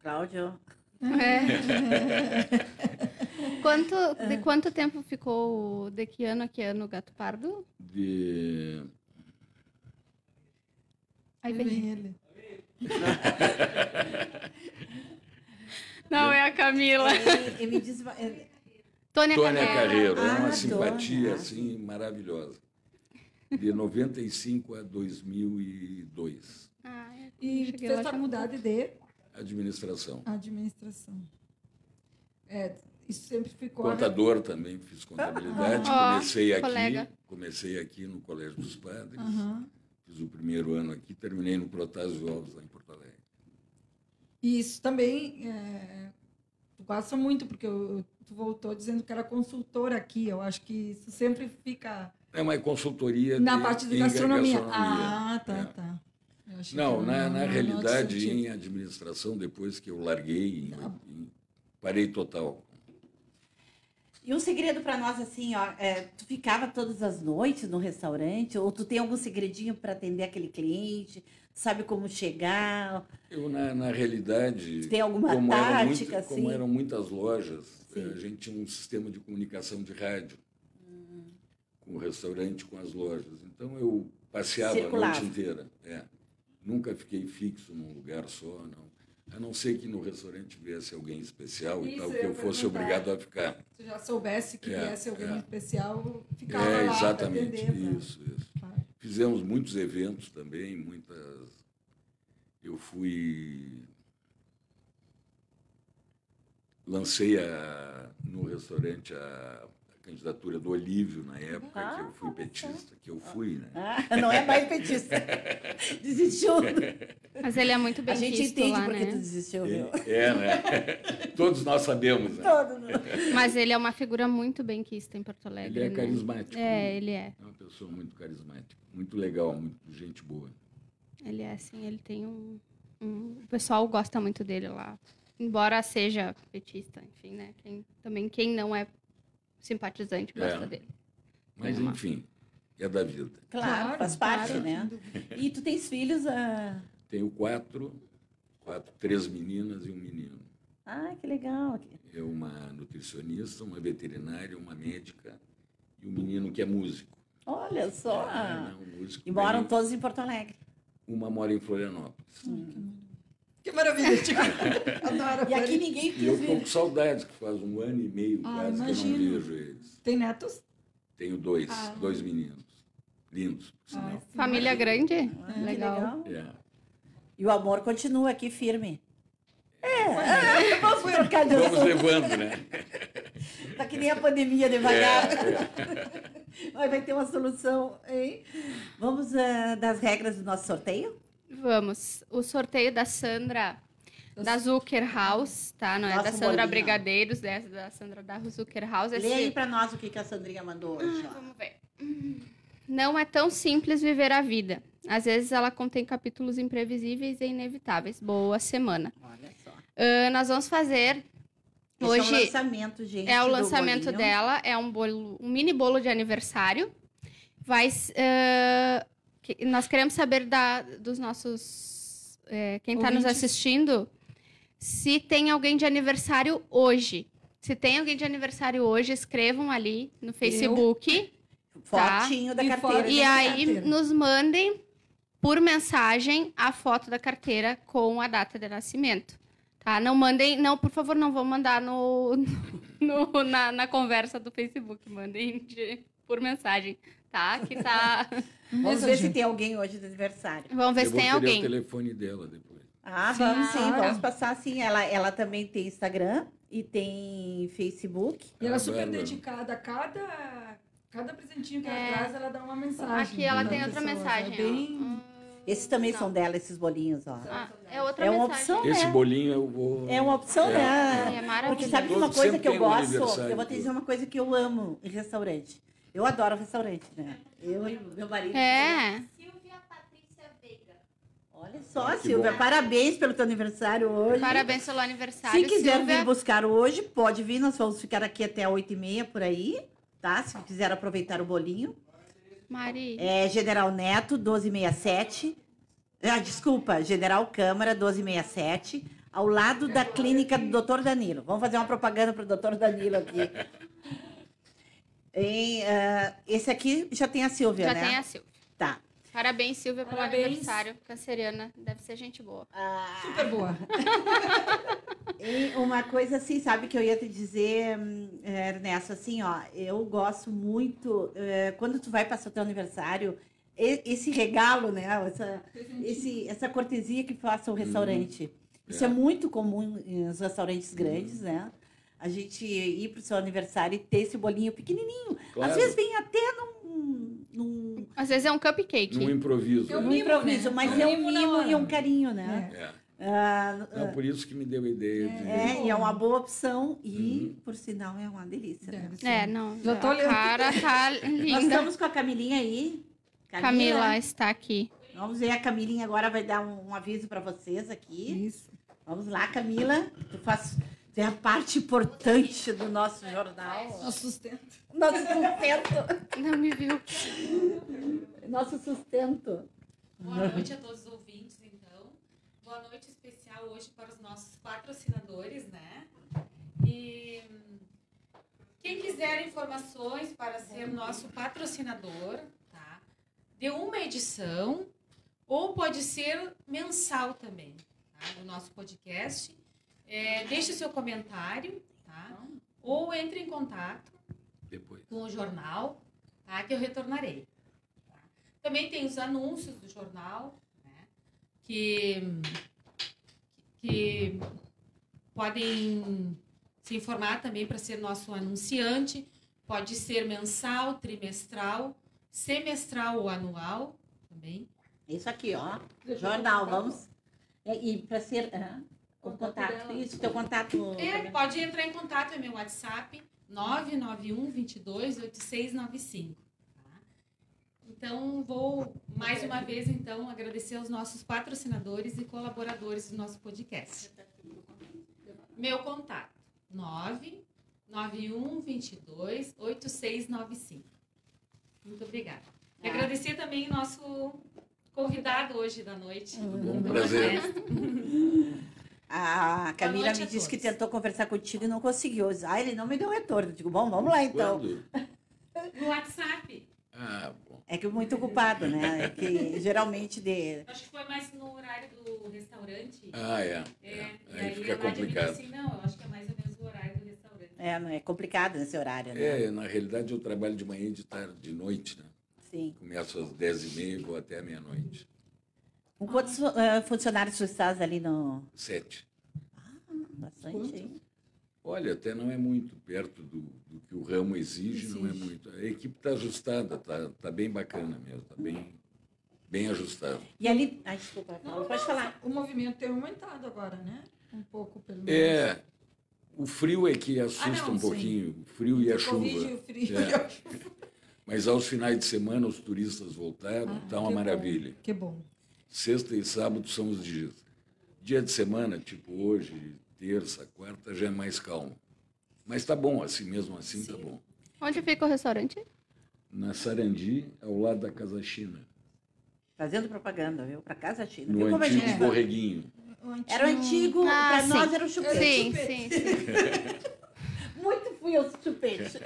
[SPEAKER 1] Cláudio,
[SPEAKER 4] É. Quanto, de quanto tempo ficou, de que ano a que ano o Gato Pardo?
[SPEAKER 3] de
[SPEAKER 4] Aí vem-
[SPEAKER 2] Vem ele.
[SPEAKER 4] Não, é a Camila.
[SPEAKER 1] e, e me diz... é,
[SPEAKER 4] Tônia,
[SPEAKER 3] Tônia
[SPEAKER 4] Carreiro.
[SPEAKER 3] Carreiro, é
[SPEAKER 1] Ah,
[SPEAKER 3] uma
[SPEAKER 1] Tônia.
[SPEAKER 3] simpatia assim maravilhosa. De 95 a 2002,
[SPEAKER 4] Ah, é.
[SPEAKER 2] E
[SPEAKER 4] Cheguei
[SPEAKER 2] tu
[SPEAKER 4] lá,
[SPEAKER 2] fez
[SPEAKER 4] já-
[SPEAKER 2] faculdade de
[SPEAKER 3] administração.
[SPEAKER 2] administração. É, isso sempre ficou... né?
[SPEAKER 3] Contador também, fiz contabilidade,
[SPEAKER 2] Ah,
[SPEAKER 4] Ó,
[SPEAKER 3] comecei aqui,
[SPEAKER 4] colega.
[SPEAKER 3] comecei aqui no Colégio dos Padres,
[SPEAKER 2] Aham.
[SPEAKER 3] fiz o primeiro ano aqui, terminei no Protásio Alves lá em Porto Alegre.
[SPEAKER 2] E isso também é, tu gosta muito, porque eu- tu voltou dizendo que era consultora aqui. Eu acho que isso sempre fica
[SPEAKER 3] É uma consultoria
[SPEAKER 2] na
[SPEAKER 3] de-
[SPEAKER 2] parte de
[SPEAKER 3] em
[SPEAKER 2] gastronomia.
[SPEAKER 3] gastronomia.
[SPEAKER 2] Ah, tá,
[SPEAKER 3] É.
[SPEAKER 2] tá. Eu achei
[SPEAKER 3] Não,
[SPEAKER 2] que
[SPEAKER 3] na, na
[SPEAKER 2] não
[SPEAKER 3] realidade,
[SPEAKER 2] sentido. Tá.
[SPEAKER 3] em administração, depois que eu larguei, em- em- parei total.
[SPEAKER 1] E um segredo pra nós, assim, ó, é, tu ficava todas as noites no restaurante? Ou tu tem algum segredinho pra atender aquele cliente? Sabe como chegar?
[SPEAKER 3] Eu, na, na realidade,
[SPEAKER 1] Tu tem alguma
[SPEAKER 3] como, eram muito-
[SPEAKER 1] tática, assim?
[SPEAKER 3] como um eram muitas lojas,
[SPEAKER 1] Sim.
[SPEAKER 3] a gente tinha um sistema de comunicação de rádio
[SPEAKER 2] Hum.
[SPEAKER 3] com o restaurante, com as lojas. Então eu passeava
[SPEAKER 1] Circulava.
[SPEAKER 3] a noite inteira. é. Nunca fiquei fixo num lugar só, não. A não ser que no restaurante viesse alguém especial e
[SPEAKER 2] Isso,
[SPEAKER 3] tal, que
[SPEAKER 2] eu ia
[SPEAKER 3] eu fosse
[SPEAKER 2] perguntar.
[SPEAKER 3] obrigado a ficar.
[SPEAKER 2] Se já soubesse que
[SPEAKER 3] É,
[SPEAKER 2] viesse alguém
[SPEAKER 3] é.
[SPEAKER 2] especial, ficava
[SPEAKER 3] É,
[SPEAKER 2] lá
[SPEAKER 3] exatamente.
[SPEAKER 2] pra atender, né?
[SPEAKER 3] Isso, isso.
[SPEAKER 2] Claro.
[SPEAKER 3] Fizemos muitos eventos também, muitas. Eu fui. Lancei a, no restaurante a, a candidatura do Olívio na época,
[SPEAKER 1] Ah,
[SPEAKER 3] que eu fui petista, que eu fui, né?
[SPEAKER 1] Ah, não é mais petista. Desistiu.
[SPEAKER 4] Mas ele é muito bem
[SPEAKER 1] A gente
[SPEAKER 4] visto
[SPEAKER 1] entende
[SPEAKER 4] lá,
[SPEAKER 1] porque
[SPEAKER 4] né?
[SPEAKER 1] tu desistiu,
[SPEAKER 3] Ele-
[SPEAKER 1] viu?
[SPEAKER 3] é, né? Todos nós sabemos, né?
[SPEAKER 1] Todo, né?
[SPEAKER 4] Mas ele é uma figura muito bem quista em Porto
[SPEAKER 3] Ele
[SPEAKER 4] Alegre.
[SPEAKER 3] é
[SPEAKER 4] né?
[SPEAKER 3] carismático.
[SPEAKER 4] É,
[SPEAKER 3] né?
[SPEAKER 4] ele é.
[SPEAKER 3] É uma pessoa muito carismática, muito legal, muito gente boa.
[SPEAKER 4] Ele é assim, ele tem um, um- O pessoal gosta muito dele lá. Embora seja petista, enfim, né? Quem, também quem não é simpatizante gosta
[SPEAKER 3] É.
[SPEAKER 4] dele.
[SPEAKER 3] Mas,
[SPEAKER 4] Legal.
[SPEAKER 3] enfim, é da vida.
[SPEAKER 1] Claro, faz parte,
[SPEAKER 2] claro,
[SPEAKER 1] né?
[SPEAKER 2] sem dúvida.
[SPEAKER 1] E tu tens filhos? Ah,
[SPEAKER 3] Tenho quatro, quatro, três meninas e um menino.
[SPEAKER 1] ah que legal.
[SPEAKER 3] É uma nutricionista, uma veterinária, uma médica e um menino que é músico.
[SPEAKER 1] Olha só.
[SPEAKER 3] É, né, um músico
[SPEAKER 1] E moram
[SPEAKER 3] bem-
[SPEAKER 1] todos em Porto Alegre.
[SPEAKER 3] Uma mora em Florianópolis.
[SPEAKER 2] Que maravilha, Tico. Adoro.
[SPEAKER 1] E aqui ninguém
[SPEAKER 3] E eu
[SPEAKER 1] quis
[SPEAKER 3] estou com
[SPEAKER 1] vir.
[SPEAKER 3] saudades, que faz um ano e meio
[SPEAKER 2] Ah,
[SPEAKER 3] quase que eu
[SPEAKER 2] imagino.
[SPEAKER 3] não vejo eles.
[SPEAKER 2] Tem netos?
[SPEAKER 3] Tenho dois,
[SPEAKER 2] Ah.
[SPEAKER 3] dois meninos. Lindos, por
[SPEAKER 2] Ah,
[SPEAKER 3] sinal.
[SPEAKER 2] sim.
[SPEAKER 4] Família grande?
[SPEAKER 1] Ah, que
[SPEAKER 4] legal.
[SPEAKER 3] É.
[SPEAKER 1] E o amor continua aqui firme.
[SPEAKER 2] Foi, né?
[SPEAKER 1] Vamos trocar de
[SPEAKER 3] Vamos
[SPEAKER 1] assunto.
[SPEAKER 3] levando, né?
[SPEAKER 1] Tá que nem a pandemia devagar.
[SPEAKER 3] É.
[SPEAKER 1] Mas vai ter uma solução, hein? Vamos ah, das regras do nosso sorteio?
[SPEAKER 4] Vamos. O sorteio da Sandra da Zucker House, tá? Não é
[SPEAKER 1] Nossa,
[SPEAKER 4] da Sandra
[SPEAKER 1] bolinha.
[SPEAKER 4] Brigadeiros, dessa da Sandra da Zucker House.
[SPEAKER 1] Lê aí
[SPEAKER 4] Esse...
[SPEAKER 1] pra nós o que, que a Sandrinha mandou hoje. ó.
[SPEAKER 4] Vamos ver. Não é tão simples viver a vida. Às vezes ela contém capítulos imprevisíveis e inevitáveis. Boa semana.
[SPEAKER 1] Olha só.
[SPEAKER 4] Ah, nós vamos fazer.
[SPEAKER 1] Esse é o
[SPEAKER 4] Hoje
[SPEAKER 1] lançamento, gente.
[SPEAKER 4] é o
[SPEAKER 1] do
[SPEAKER 4] lançamento
[SPEAKER 1] bolinho.
[SPEAKER 4] dela, é um bolo, um mini bolo de aniversário. Vai, s- ah, que- nós queremos saber da- dos nossos eh, quem está nos
[SPEAKER 2] Ouvintes.
[SPEAKER 4] assistindo se tem alguém de aniversário hoje. Se tem alguém de aniversário hoje, escrevam ali no Facebook
[SPEAKER 1] Fotinho da
[SPEAKER 2] E
[SPEAKER 1] é carteira. né?
[SPEAKER 2] fora-
[SPEAKER 4] tá? e
[SPEAKER 2] da
[SPEAKER 4] aí
[SPEAKER 2] carteira.
[SPEAKER 4] nos mandem por mensagem a foto da carteira com a data de nascimento. Tá? Não mandem, não, por favor, não vão mandar no, no- na, na conversa do Facebook, mandem de- por mensagem, tá? Que tá.
[SPEAKER 1] Vamos
[SPEAKER 2] Mesmo,
[SPEAKER 1] ver se
[SPEAKER 2] gente.
[SPEAKER 1] tem alguém hoje de aniversário.
[SPEAKER 4] Vamos ver
[SPEAKER 3] eu
[SPEAKER 4] se
[SPEAKER 3] vou
[SPEAKER 4] tem
[SPEAKER 3] querer o
[SPEAKER 4] alguém.
[SPEAKER 3] telefone dela depois.
[SPEAKER 1] Ah,
[SPEAKER 2] Sim,
[SPEAKER 1] vamos sim,
[SPEAKER 2] claro.
[SPEAKER 1] vamos passar sim. Ela, ela também tem Instagram e tem Facebook.
[SPEAKER 2] E ela é
[SPEAKER 3] Ah,
[SPEAKER 2] super
[SPEAKER 3] Bárbara.
[SPEAKER 2] dedicada. Cada, cada presentinho que
[SPEAKER 4] É.
[SPEAKER 2] ela traz, ela dá uma mensagem.
[SPEAKER 4] Aqui ela
[SPEAKER 2] pra
[SPEAKER 4] tem outra
[SPEAKER 2] pessoa.
[SPEAKER 4] mensagem.
[SPEAKER 2] É
[SPEAKER 4] ó. Ah.
[SPEAKER 2] bem...
[SPEAKER 1] Esses também
[SPEAKER 4] Não.
[SPEAKER 1] são dela, esses bolinhos, ó.
[SPEAKER 4] Ah, é outra
[SPEAKER 1] É uma
[SPEAKER 4] mensagem.
[SPEAKER 1] opção.
[SPEAKER 3] Esse
[SPEAKER 1] é.
[SPEAKER 3] bolinho eu vou.
[SPEAKER 1] É uma opção,
[SPEAKER 3] É.
[SPEAKER 1] né?
[SPEAKER 4] É
[SPEAKER 1] Porque
[SPEAKER 4] maravilhoso.
[SPEAKER 1] sabe que
[SPEAKER 3] Todo-
[SPEAKER 1] uma coisa
[SPEAKER 3] sempre
[SPEAKER 1] que eu
[SPEAKER 3] tem um
[SPEAKER 1] gosto,
[SPEAKER 3] aniversário.
[SPEAKER 1] eu vou te dizer uma coisa que eu amo em restaurante. Eu adoro restaurante, né? Eu e meu marido.
[SPEAKER 4] É.
[SPEAKER 5] Silvia Patrícia Veiga.
[SPEAKER 1] Olha só,
[SPEAKER 3] Ah, que
[SPEAKER 1] Silvia,
[SPEAKER 3] bom.
[SPEAKER 1] parabéns pelo teu aniversário hoje.
[SPEAKER 4] Parabéns pelo aniversário.
[SPEAKER 1] Se quiser
[SPEAKER 4] Silvia.
[SPEAKER 1] vir buscar hoje, pode vir. Nós vamos ficar aqui até 8h30 por aí, tá? Se quiser aproveitar o bolinho.
[SPEAKER 4] Mari.
[SPEAKER 1] É General Neto, 1267. Ah, desculpa, General Câmara, 1267. Ao lado da clínica do Dr. Danilo. Vamos fazer uma propaganda pro Dr. Danilo aqui. Em, ah, esse aqui já tem a Silvia,
[SPEAKER 4] Já
[SPEAKER 1] né?
[SPEAKER 4] tem a Silvia.
[SPEAKER 1] Tá.
[SPEAKER 4] Parabéns, Silvia, pelo
[SPEAKER 2] Parabéns.
[SPEAKER 4] aniversário. Canceriana. Deve ser gente boa.
[SPEAKER 2] Super boa.
[SPEAKER 1] E uma coisa assim, sabe, que eu ia te dizer, hum, é, Ernesto, assim, ó, eu gosto muito, é, quando tu vai passar o teu aniversário, e- esse regalo, né, essa, esse, essa cortesia que faça o restaurante. Isso é.
[SPEAKER 3] Uhum. É. Uhum.
[SPEAKER 1] muito comum nos restaurantes grandes, né? A gente ir pro seu aniversário e ter esse bolinho pequenininho.
[SPEAKER 3] Claro,
[SPEAKER 1] Às vezes vem até num, num,
[SPEAKER 4] Às vezes é um cupcake.
[SPEAKER 3] num improviso.
[SPEAKER 2] Eu-
[SPEAKER 1] num
[SPEAKER 3] né?
[SPEAKER 2] mimo,
[SPEAKER 1] improviso,
[SPEAKER 2] né?
[SPEAKER 1] mas
[SPEAKER 2] É
[SPEAKER 1] é
[SPEAKER 2] um
[SPEAKER 1] um
[SPEAKER 2] mimo na
[SPEAKER 1] mimo
[SPEAKER 2] hora.
[SPEAKER 1] e um carinho, né?
[SPEAKER 3] É.
[SPEAKER 1] Ah,
[SPEAKER 3] Não, por isso que me deu a ideia de.
[SPEAKER 1] É, e é uma boa opção e,
[SPEAKER 3] Uhum.
[SPEAKER 1] por sinal, é uma delícia. né?
[SPEAKER 2] Deve ser.
[SPEAKER 4] É, não.
[SPEAKER 2] Já tô
[SPEAKER 4] a
[SPEAKER 2] olhando.
[SPEAKER 4] cara tá
[SPEAKER 1] Nós
[SPEAKER 4] linda.
[SPEAKER 1] estamos com a Camilinha aí.
[SPEAKER 4] Camila está aqui.
[SPEAKER 1] Ó, Vamos ver, a Camilinha agora vai dar um, um aviso para vocês aqui.
[SPEAKER 2] Isso.
[SPEAKER 1] Vamos lá, Camila. Tu faz tu é a parte importante do nosso jornal.
[SPEAKER 2] Nosso sustento.
[SPEAKER 1] Nosso sustento.
[SPEAKER 4] Não me viu.
[SPEAKER 1] Nosso sustento.
[SPEAKER 6] Boa noite a todos os ouvintes, então. Boa noite especial hoje para os nossos patrocinadores, né? E hum, quem quiser informações para ser nosso patrocinador, tá? De uma edição ou pode ser mensal também, tá? Do nosso podcast. É, deixe seu comentário, tá? Ou entre em contato
[SPEAKER 3] Depois.
[SPEAKER 6] com o jornal, tá? Que eu retornarei. tá? Também tem os anúncios do jornal, né? Que, que podem se informar também para ser nosso anunciante. Pode ser mensal, trimestral, semestral ou anual também.
[SPEAKER 1] Isso aqui, ó.
[SPEAKER 2] Deixa eu
[SPEAKER 1] Jornal,
[SPEAKER 2] colocar.
[SPEAKER 1] vamos. É, E, para ser. aham, o
[SPEAKER 2] Contato
[SPEAKER 1] contato.
[SPEAKER 2] dela.
[SPEAKER 1] Isso, teu contato.
[SPEAKER 6] É, pode entrar em contato, é meu WhatsApp, 991 22 8695. tá? Então, vou mais uma vez então agradecer aos nossos patrocinadores e colaboradores do nosso podcast. Meu contato, 991 22 8695. Muito obrigada. E
[SPEAKER 1] Ah.
[SPEAKER 6] agradecer também o nosso convidado hoje da noite.
[SPEAKER 3] Tá bom? Prazer.
[SPEAKER 1] A Camila
[SPEAKER 6] noite
[SPEAKER 1] me
[SPEAKER 6] a
[SPEAKER 1] disse que
[SPEAKER 6] todos.
[SPEAKER 1] tentou conversar contigo e não conseguiu. Ah, ele não me deu retorno. Digo, bom, vamos lá então.
[SPEAKER 3] Quando?
[SPEAKER 6] No WhatsApp,
[SPEAKER 3] Ah, bom.
[SPEAKER 1] É que muito ocupado, né? É que geralmente de.
[SPEAKER 6] acho que foi mais no horário do restaurante.
[SPEAKER 3] Ah, é. é.
[SPEAKER 6] É, e
[SPEAKER 3] Aí fica
[SPEAKER 6] a Nádia me disse
[SPEAKER 3] complicado.
[SPEAKER 6] Assim, não, eu acho que é mais ou menos o horário do restaurante.
[SPEAKER 1] É, não é complicado nesse horário, né?
[SPEAKER 3] É, na realidade eu trabalho de manhã e de tarde, de noite, né?
[SPEAKER 1] Sim.
[SPEAKER 3] Começo às 10h30 e vou até a meia-noite.
[SPEAKER 1] Com quantos fu- eh, funcionários tu estás ali no.
[SPEAKER 3] Sete.
[SPEAKER 1] Bastante, hein?
[SPEAKER 3] Olha, até não é muito perto do, do que o ramo exige, não é
[SPEAKER 6] Exige.
[SPEAKER 3] muito. A equipe está ajustada, está tá bem bacana mesmo, está bem, bem ajustada.
[SPEAKER 1] E ali. Ai, desculpa, Paula,
[SPEAKER 2] Não,
[SPEAKER 1] pode
[SPEAKER 2] não,
[SPEAKER 1] falar.
[SPEAKER 2] O movimento tem aumentado agora, né? Um pouco, pelo menos.
[SPEAKER 3] É, o frio é que assusta
[SPEAKER 2] Ah, não,
[SPEAKER 3] um
[SPEAKER 2] sim.
[SPEAKER 3] pouquinho, o frio e a chuva.
[SPEAKER 2] Corrige o frio.
[SPEAKER 3] É. Mas aos finais de semana os turistas voltaram, está tá uma
[SPEAKER 2] Ah, que
[SPEAKER 3] maravilha.
[SPEAKER 2] Bom, que bom.
[SPEAKER 3] Sexta e sábado são os dias. Dia de semana, tipo hoje, terça, quarta, já é mais calmo. Mas tá bom, assim mesmo assim tá bom.
[SPEAKER 4] Onde fica o restaurante?
[SPEAKER 3] Na Sarandi, ao lado da Casa China,
[SPEAKER 1] Fazendo propaganda, viu? Pra casa China. Viu
[SPEAKER 3] no
[SPEAKER 1] como a
[SPEAKER 3] antigo
[SPEAKER 1] gente. fala?
[SPEAKER 3] borreguinho.
[SPEAKER 1] Era o antigo,
[SPEAKER 4] Ah,
[SPEAKER 1] pra
[SPEAKER 4] sim.
[SPEAKER 1] nós era o chupete.
[SPEAKER 4] Sim, sim, sim.
[SPEAKER 1] Muito fui eu chupete.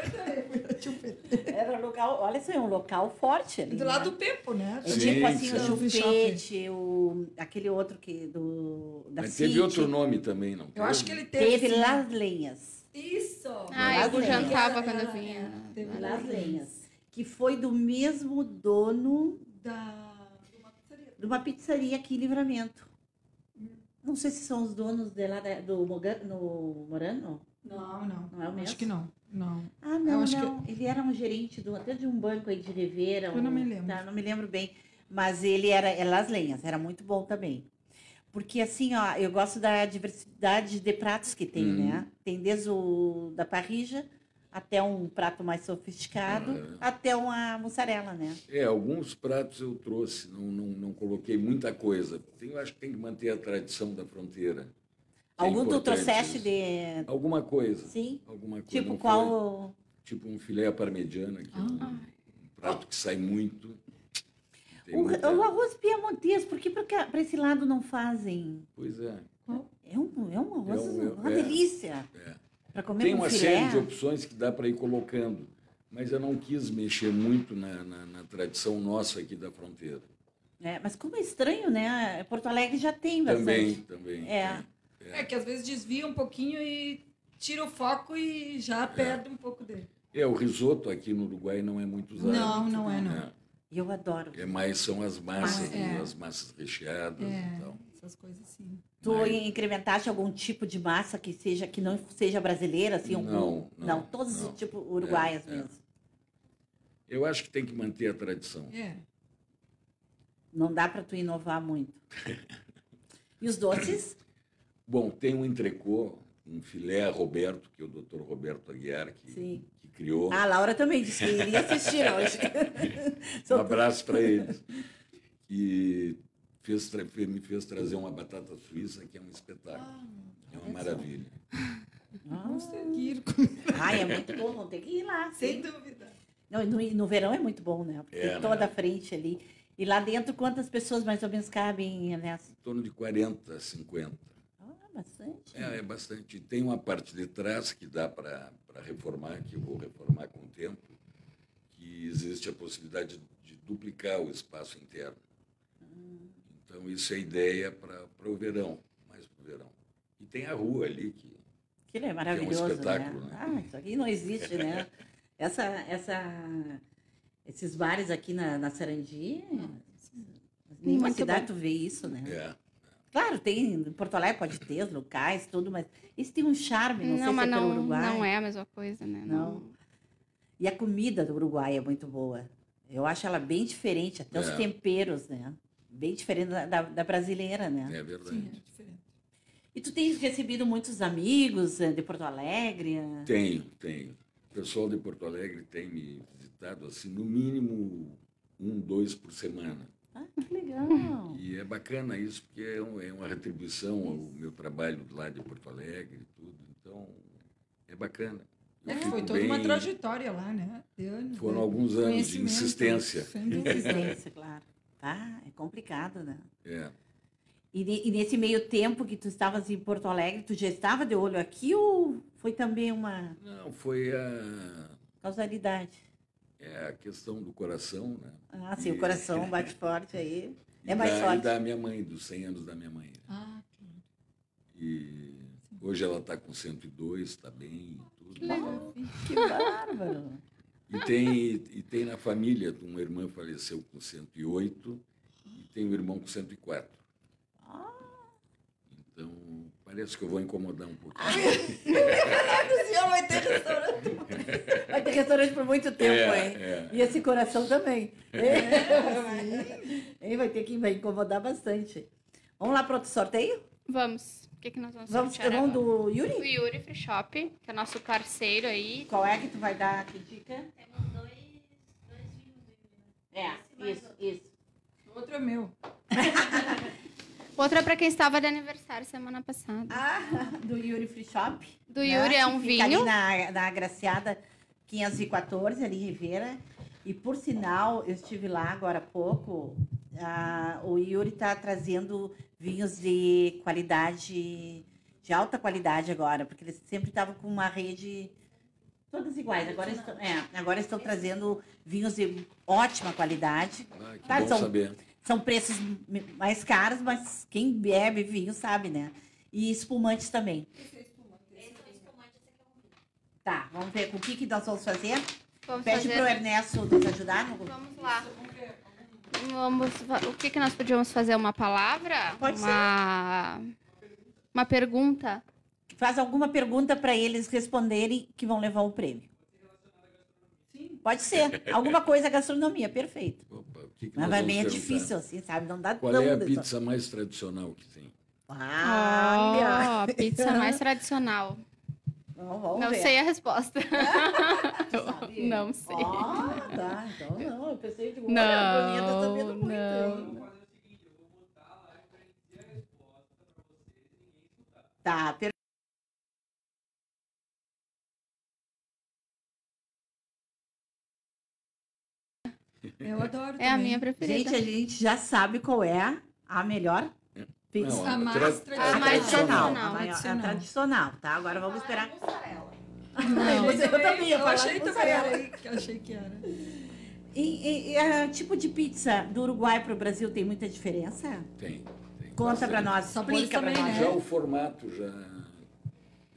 [SPEAKER 1] Era um local, olha só, é um local forte ali.
[SPEAKER 2] Tipo, Do lado do Pepo, né?
[SPEAKER 1] É
[SPEAKER 3] Sim,
[SPEAKER 1] tipo assim, o
[SPEAKER 2] sim.
[SPEAKER 1] chupete, o, aquele outro que do da
[SPEAKER 3] Mas
[SPEAKER 1] City.
[SPEAKER 3] teve outro nome também, não
[SPEAKER 2] Eu acho que ele teve. assim,
[SPEAKER 1] Teve Las Lenhas.
[SPEAKER 2] Isso!
[SPEAKER 4] Ah, eu
[SPEAKER 1] Lá vem.
[SPEAKER 4] jantava
[SPEAKER 2] Ela-
[SPEAKER 4] quando eu
[SPEAKER 2] ela-
[SPEAKER 4] vinha.
[SPEAKER 2] é, teve
[SPEAKER 1] Las Lenhas. Que foi do mesmo dono
[SPEAKER 2] Da. de uma pizzaria.
[SPEAKER 1] de uma pizzaria aqui em Livramento. Não sei se são os donos de lá da- do Mogan, no Morano.
[SPEAKER 2] Não, não.
[SPEAKER 1] Não é o mesmo?
[SPEAKER 2] Acho que não. Não.
[SPEAKER 1] Ah,
[SPEAKER 2] Eu
[SPEAKER 1] não,
[SPEAKER 2] acho
[SPEAKER 1] não. Ele era um gerente do, até de um banco aí de Ribeira.
[SPEAKER 2] Eu não
[SPEAKER 1] um-
[SPEAKER 2] me lembro.
[SPEAKER 1] tá, não me lembro bem. Mas ele era é Las Lenhas, era muito bom também. Porque assim, ó, eu gosto da diversidade de pratos que tem,
[SPEAKER 3] Hum.
[SPEAKER 1] né? Tem desde o da parrija até um prato mais sofisticado,
[SPEAKER 3] Uhum.
[SPEAKER 1] até uma mussarela, né?
[SPEAKER 3] É, alguns pratos eu trouxe, não, não, não coloquei muita coisa. Tem- eu acho que tem que manter a tradição da fronteira. É
[SPEAKER 1] Algum tu
[SPEAKER 3] importante
[SPEAKER 1] trouxeste
[SPEAKER 3] isso.
[SPEAKER 1] de.
[SPEAKER 3] Alguma coisa.
[SPEAKER 1] Sim?
[SPEAKER 3] Alguma coisa.
[SPEAKER 1] Tipo,
[SPEAKER 3] não foi-
[SPEAKER 1] qual. Ah.
[SPEAKER 3] Tipo um filé à parmegiana, que é um, um prato que sai muito. Tem
[SPEAKER 1] O,
[SPEAKER 3] muita-
[SPEAKER 1] o arroz piemontês, por que para esse lado não fazem?
[SPEAKER 3] Pois é.
[SPEAKER 1] É um, é um arroz,
[SPEAKER 3] É um-
[SPEAKER 1] uma
[SPEAKER 3] é-
[SPEAKER 1] delícia.
[SPEAKER 3] é.
[SPEAKER 1] Para comer
[SPEAKER 3] Tem
[SPEAKER 1] com
[SPEAKER 3] uma
[SPEAKER 1] filé.
[SPEAKER 3] série de opções que dá para ir colocando, mas eu não quis mexer muito na, na- na tradição nossa aqui da fronteira.
[SPEAKER 1] É, mas como é estranho, né? Porto Alegre já tem bastante.
[SPEAKER 3] Também, também.
[SPEAKER 1] É.
[SPEAKER 3] tem.
[SPEAKER 2] É que às vezes desvia um pouquinho e tira o foco e já perde um pouco dele.
[SPEAKER 3] É, o risoto aqui no Uruguai não é muito usado.
[SPEAKER 2] Não, não é, não.
[SPEAKER 1] E eu adoro.
[SPEAKER 3] É, mais são as massas,
[SPEAKER 2] Ah, é.
[SPEAKER 3] as massas recheadas então. e tal.
[SPEAKER 2] Essas coisas assim.
[SPEAKER 1] Tu
[SPEAKER 3] Mas-
[SPEAKER 1] incrementaste algum tipo de massa que seja que não seja brasileira, assim, algum-
[SPEAKER 3] Não, não,
[SPEAKER 1] todos
[SPEAKER 3] não.
[SPEAKER 1] tipo uruguaias
[SPEAKER 3] É, é.
[SPEAKER 1] mesmo.
[SPEAKER 3] Eu acho que tem que manter a tradição.
[SPEAKER 2] É.
[SPEAKER 1] Não dá para tu inovar muito. E os doces?
[SPEAKER 3] Bom, tem um entrecô, um filé Roberto, que é o doutor Roberto Aguiar que,
[SPEAKER 1] Sim.
[SPEAKER 3] que
[SPEAKER 2] Ah,
[SPEAKER 3] criou.
[SPEAKER 1] Ah, A Laura também disse que iria assistir hoje.
[SPEAKER 3] Um
[SPEAKER 1] São-
[SPEAKER 3] abraço para eles. que fez, tra- me fez trazer uma batata suíça, que é um
[SPEAKER 2] Ah,
[SPEAKER 3] espetáculo. É uma maravilha.
[SPEAKER 2] Conseguir comer,
[SPEAKER 1] Ai, é muito bom, vão ter que ir lá.
[SPEAKER 2] sem
[SPEAKER 1] sim.
[SPEAKER 2] dúvida.
[SPEAKER 1] Não, e no, e no verão é muito bom, né? Porque
[SPEAKER 3] É,
[SPEAKER 1] tem toda
[SPEAKER 3] né?
[SPEAKER 1] a frente ali. E lá dentro, quantas pessoas mais ou menos cabem nessa?
[SPEAKER 3] Em torno de 40, 50.
[SPEAKER 1] Ah, bastante.
[SPEAKER 3] É, é bastante. Tem uma parte de trás que dá para reformar, que eu vou reformar com o tempo, que existe a possibilidade de duplicar o espaço interno. Então, isso é ideia para o verão, mais para o verão. E tem a rua ali que
[SPEAKER 1] Aquilo é maravilhoso,
[SPEAKER 3] um espetáculo,
[SPEAKER 1] né?
[SPEAKER 3] né?
[SPEAKER 1] Ah, isso aqui não existe, né? Essa, essa, esses bares aqui na, na Sarandi, nenhuma
[SPEAKER 4] Muito
[SPEAKER 1] cidade tu vê isso, né?
[SPEAKER 3] é.
[SPEAKER 1] Claro, tem, em Porto Alegre pode ter, os locais, tudo, mas esse tem um charme, não,
[SPEAKER 4] Não,
[SPEAKER 1] sei se é
[SPEAKER 4] mas
[SPEAKER 1] pelo
[SPEAKER 4] não,
[SPEAKER 1] Uruguai.
[SPEAKER 4] não é a mesma coisa, né?
[SPEAKER 1] Não. E a comida do Uruguai é muito boa. Eu acho ela bem diferente, até os
[SPEAKER 3] É.
[SPEAKER 1] temperos, né? Bem diferente da, da- da brasileira, né?
[SPEAKER 3] É
[SPEAKER 2] Sim,
[SPEAKER 3] verdade.
[SPEAKER 2] é diferente.
[SPEAKER 1] E tu tens recebido muitos amigos eh, de Porto Alegre? né?
[SPEAKER 3] Tenho, tenho. O pessoal de Porto Alegre tem me visitado, assim, no mínimo um, dois por semana.
[SPEAKER 1] Ah, que legal!
[SPEAKER 3] E é bacana isso, porque é, um- é uma retribuição ao meu trabalho lá de Porto Alegre e tudo. Então, é bacana. Eu
[SPEAKER 2] É,
[SPEAKER 3] fico
[SPEAKER 2] foi toda
[SPEAKER 3] bem-
[SPEAKER 2] uma trajetória lá, né? De anos,
[SPEAKER 3] Foram
[SPEAKER 2] né?
[SPEAKER 3] alguns anos de
[SPEAKER 2] Conhecimento,
[SPEAKER 3] insistência.
[SPEAKER 2] Sem dúvida.
[SPEAKER 1] Existência, claro. Ah, é complicado, né?
[SPEAKER 3] É.
[SPEAKER 1] E, ne- e nesse meio tempo que tu estavas em Porto Alegre, tu já estava de olho aqui ou foi também uma
[SPEAKER 3] Não, foi a,
[SPEAKER 1] causalidade?
[SPEAKER 3] é a questão do coração, né?
[SPEAKER 1] Ah, sim, o
[SPEAKER 3] E-
[SPEAKER 1] coração bate forte aí.
[SPEAKER 3] E
[SPEAKER 1] É mais
[SPEAKER 3] da,
[SPEAKER 1] forte.
[SPEAKER 3] E da minha mãe, dos 100 anos da minha mãe.
[SPEAKER 2] Ah, claro.
[SPEAKER 3] E hoje ela está com 102, está tá bem e tudo.
[SPEAKER 1] Que bárbaro!
[SPEAKER 3] E tem, e tem na família, uma irmã faleceu com 108 e tem um irmão com 104. Então, parece que eu vou incomodar um
[SPEAKER 1] Ah,
[SPEAKER 3] pouquinho.
[SPEAKER 1] O senhor vai ter restaurante. Vai ter restaurante por muito tempo,
[SPEAKER 3] É,
[SPEAKER 1] hein?
[SPEAKER 3] é.
[SPEAKER 1] E esse coração também. É, vai ter que vai incomodar bastante. Vamos lá para outro sorteio?
[SPEAKER 4] Vamos. O que, que nós vamos,
[SPEAKER 1] Vamos
[SPEAKER 4] sortear
[SPEAKER 1] ter um
[SPEAKER 4] agora?
[SPEAKER 1] do
[SPEAKER 4] O
[SPEAKER 1] Yuri?
[SPEAKER 4] Yuri Free Shop, que é nosso parceiro aí.
[SPEAKER 1] Qual é que tu vai dar? Que dica?
[SPEAKER 5] Temos dois, dois vinhos né? ainda.
[SPEAKER 1] É, isso, isso.
[SPEAKER 2] O Outro é meu.
[SPEAKER 4] Outra pra quem estava de aniversário semana passada.
[SPEAKER 1] Ah, do Yuri Free Shop.
[SPEAKER 4] Do Yuri é um
[SPEAKER 1] Né? que fica
[SPEAKER 4] vinho.
[SPEAKER 1] Ali na, na Graciada 514, ali em Rivera. E por sinal, eu estive lá agora há pouco. ah, o Yuri está trazendo vinhos de qualidade, de alta qualidade agora, porque eles sempre estavam com uma rede todas iguais. Agora estão, é, agora estão trazendo vinhos de ótima qualidade.
[SPEAKER 3] Ah, que
[SPEAKER 1] Tá,
[SPEAKER 3] bom
[SPEAKER 1] são-
[SPEAKER 3] saber.
[SPEAKER 1] São preços mais caros, mas quem bebe vinho sabe, né? E espumantes também.
[SPEAKER 5] Esse é um espumante, esse aqui é um vinho.
[SPEAKER 1] Tá, vamos ver com o que, que nós vamos fazer.
[SPEAKER 4] Vamos
[SPEAKER 1] Pede
[SPEAKER 4] fazer- assim,
[SPEAKER 1] pro Ernesto nos ajudar. no-
[SPEAKER 4] Vamos lá. Vamos, va- o que, que nós podíamos fazer? Uma palavra?
[SPEAKER 1] Pode
[SPEAKER 4] uma... Uma pergunta?
[SPEAKER 1] Faz alguma pergunta para eles responderem que vão levar o prêmio. Pode ser. Alguma coisa é gastronomia, perfeito.
[SPEAKER 3] Opa, o que que
[SPEAKER 1] Mas
[SPEAKER 3] nós
[SPEAKER 1] vai
[SPEAKER 3] vamos
[SPEAKER 1] meio
[SPEAKER 3] perguntar?
[SPEAKER 1] difícil assim, sabe? Não dá
[SPEAKER 3] Qual
[SPEAKER 1] tão
[SPEAKER 3] é a
[SPEAKER 1] de-
[SPEAKER 3] pizza mais tradicional que tem?
[SPEAKER 1] Ah,
[SPEAKER 4] Ó, pizza mais tradicional.
[SPEAKER 1] minha- Não, vamos
[SPEAKER 4] não
[SPEAKER 1] ver.
[SPEAKER 4] sei a resposta.
[SPEAKER 1] Tu sabe?
[SPEAKER 4] não sei.
[SPEAKER 1] Ah, tá. Então não, eu pensei de
[SPEAKER 4] Não,
[SPEAKER 1] olha, a tá sabendo muito
[SPEAKER 4] não.
[SPEAKER 1] ainda. Tá, perfeito.
[SPEAKER 2] Eu adoro
[SPEAKER 4] É a
[SPEAKER 2] também.
[SPEAKER 4] minha preferida.
[SPEAKER 1] Gente, a gente já sabe qual é a melhor pizza.
[SPEAKER 3] Não,
[SPEAKER 2] A mais
[SPEAKER 3] tra-
[SPEAKER 2] tradicional.
[SPEAKER 4] A mais
[SPEAKER 1] tradicional. A
[SPEAKER 4] tradicional.
[SPEAKER 1] maior-
[SPEAKER 2] Tradicional.
[SPEAKER 1] A tradicional, tá? Agora
[SPEAKER 6] Ah,
[SPEAKER 1] vamos esperar.
[SPEAKER 6] é
[SPEAKER 5] Mussarela.
[SPEAKER 1] Ai,
[SPEAKER 2] Eu
[SPEAKER 1] você- eu também ia
[SPEAKER 2] eu
[SPEAKER 1] falar
[SPEAKER 2] achei
[SPEAKER 1] com
[SPEAKER 2] também,
[SPEAKER 1] ela.
[SPEAKER 2] aí, que eu achei que era.
[SPEAKER 1] E, e, e, ah, tipo de pizza do Uruguai para o Brasil tem muita diferença?
[SPEAKER 3] Tem. tem
[SPEAKER 1] Conta
[SPEAKER 3] bastante. é
[SPEAKER 1] para nós,
[SPEAKER 2] Só pra eles
[SPEAKER 1] explica para
[SPEAKER 2] também,
[SPEAKER 1] nós.
[SPEAKER 3] Já o formato já,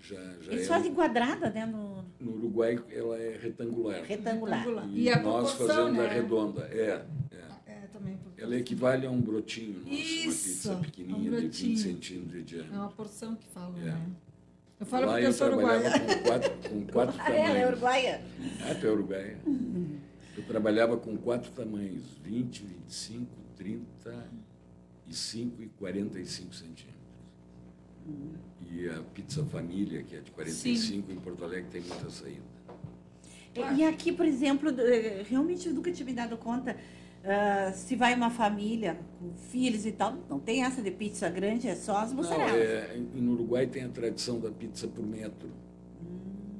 [SPEAKER 3] já, já
[SPEAKER 1] Eles
[SPEAKER 3] é-
[SPEAKER 1] fazem quadrada, né? No
[SPEAKER 3] No Uruguai ela é retangular.
[SPEAKER 1] retangular.
[SPEAKER 2] E a
[SPEAKER 3] nós
[SPEAKER 2] proporção,
[SPEAKER 3] fazemos a
[SPEAKER 2] né?
[SPEAKER 3] redonda. É, é.
[SPEAKER 2] É, também. porque
[SPEAKER 3] Ela equivale a um brotinho nosso, uma
[SPEAKER 2] Isso,
[SPEAKER 3] pizza pequenininha
[SPEAKER 2] um
[SPEAKER 3] de
[SPEAKER 2] brotinho.
[SPEAKER 3] 20 centímetros de
[SPEAKER 2] É
[SPEAKER 3] diâmetro.
[SPEAKER 2] uma porção que fala,
[SPEAKER 3] É.
[SPEAKER 2] né? Eu falo
[SPEAKER 3] Lá
[SPEAKER 2] porque
[SPEAKER 3] eu
[SPEAKER 2] eu sou uruguaiana.
[SPEAKER 3] trabalhava com quatro, com quatro
[SPEAKER 1] Ah, ela é
[SPEAKER 3] tamanhos. Ah,
[SPEAKER 1] uruguaia?
[SPEAKER 3] Até Uruguai. Eu trabalhava com quatro tamanhos, 20, 25, 35 e 45 centímetros. E a pizza família, que é de 45, em Porto Alegre tem muita saída.
[SPEAKER 1] E aqui, por exemplo, do- eh, realmente eu nunca tinha me dado conta. ah, se vai uma família com filhos e tal, não tem essa de pizza grande, é só as
[SPEAKER 3] Não,
[SPEAKER 1] mussarelas.
[SPEAKER 3] é, no Uruguai tem a tradição da pizza por metro.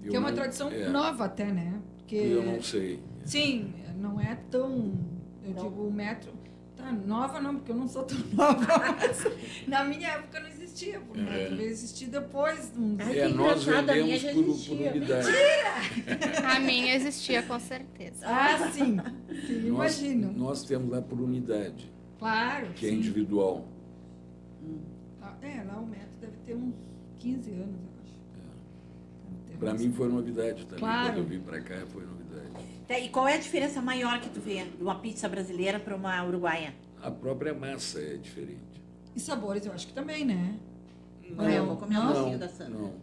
[SPEAKER 3] Eu
[SPEAKER 2] Que é uma
[SPEAKER 3] não-
[SPEAKER 2] tradição
[SPEAKER 3] é,
[SPEAKER 2] nova até, né? Porque
[SPEAKER 3] Eu não sei.
[SPEAKER 2] Sim, não é tão. Eu digo, o metro. Tá, nova não, porque eu não sou tão nova. Mas na minha época não existia. O metro veio existir depois. de uns-
[SPEAKER 1] Ai, que
[SPEAKER 3] É, nós
[SPEAKER 1] engraçado, a minha
[SPEAKER 3] vendemos
[SPEAKER 1] já
[SPEAKER 3] por, por
[SPEAKER 1] existia.
[SPEAKER 3] unidade.
[SPEAKER 4] A minha existia, com certeza.
[SPEAKER 2] Ah, sim. Sim,
[SPEAKER 3] Nós,
[SPEAKER 2] imagino.
[SPEAKER 3] nós temos lá por unidade,
[SPEAKER 2] Claro.
[SPEAKER 3] que é
[SPEAKER 2] sim.
[SPEAKER 3] individual.
[SPEAKER 2] Lá- É, lá o metro deve ter uns 15 anos, eu acho. Deve ter
[SPEAKER 3] Para
[SPEAKER 2] uns-
[SPEAKER 3] É. mim foi novidade também.
[SPEAKER 2] Claro.
[SPEAKER 3] Quando eu vim para cá foi novidade.
[SPEAKER 1] Tá, E qual é a diferença maior que tu vê de uma pizza brasileira para uma uruguaia?
[SPEAKER 3] A própria massa é diferente.
[SPEAKER 2] E sabores, eu acho que também, né?
[SPEAKER 1] Olha, eu vou comer um
[SPEAKER 2] Não,
[SPEAKER 1] docinho da Sandra.
[SPEAKER 3] Não.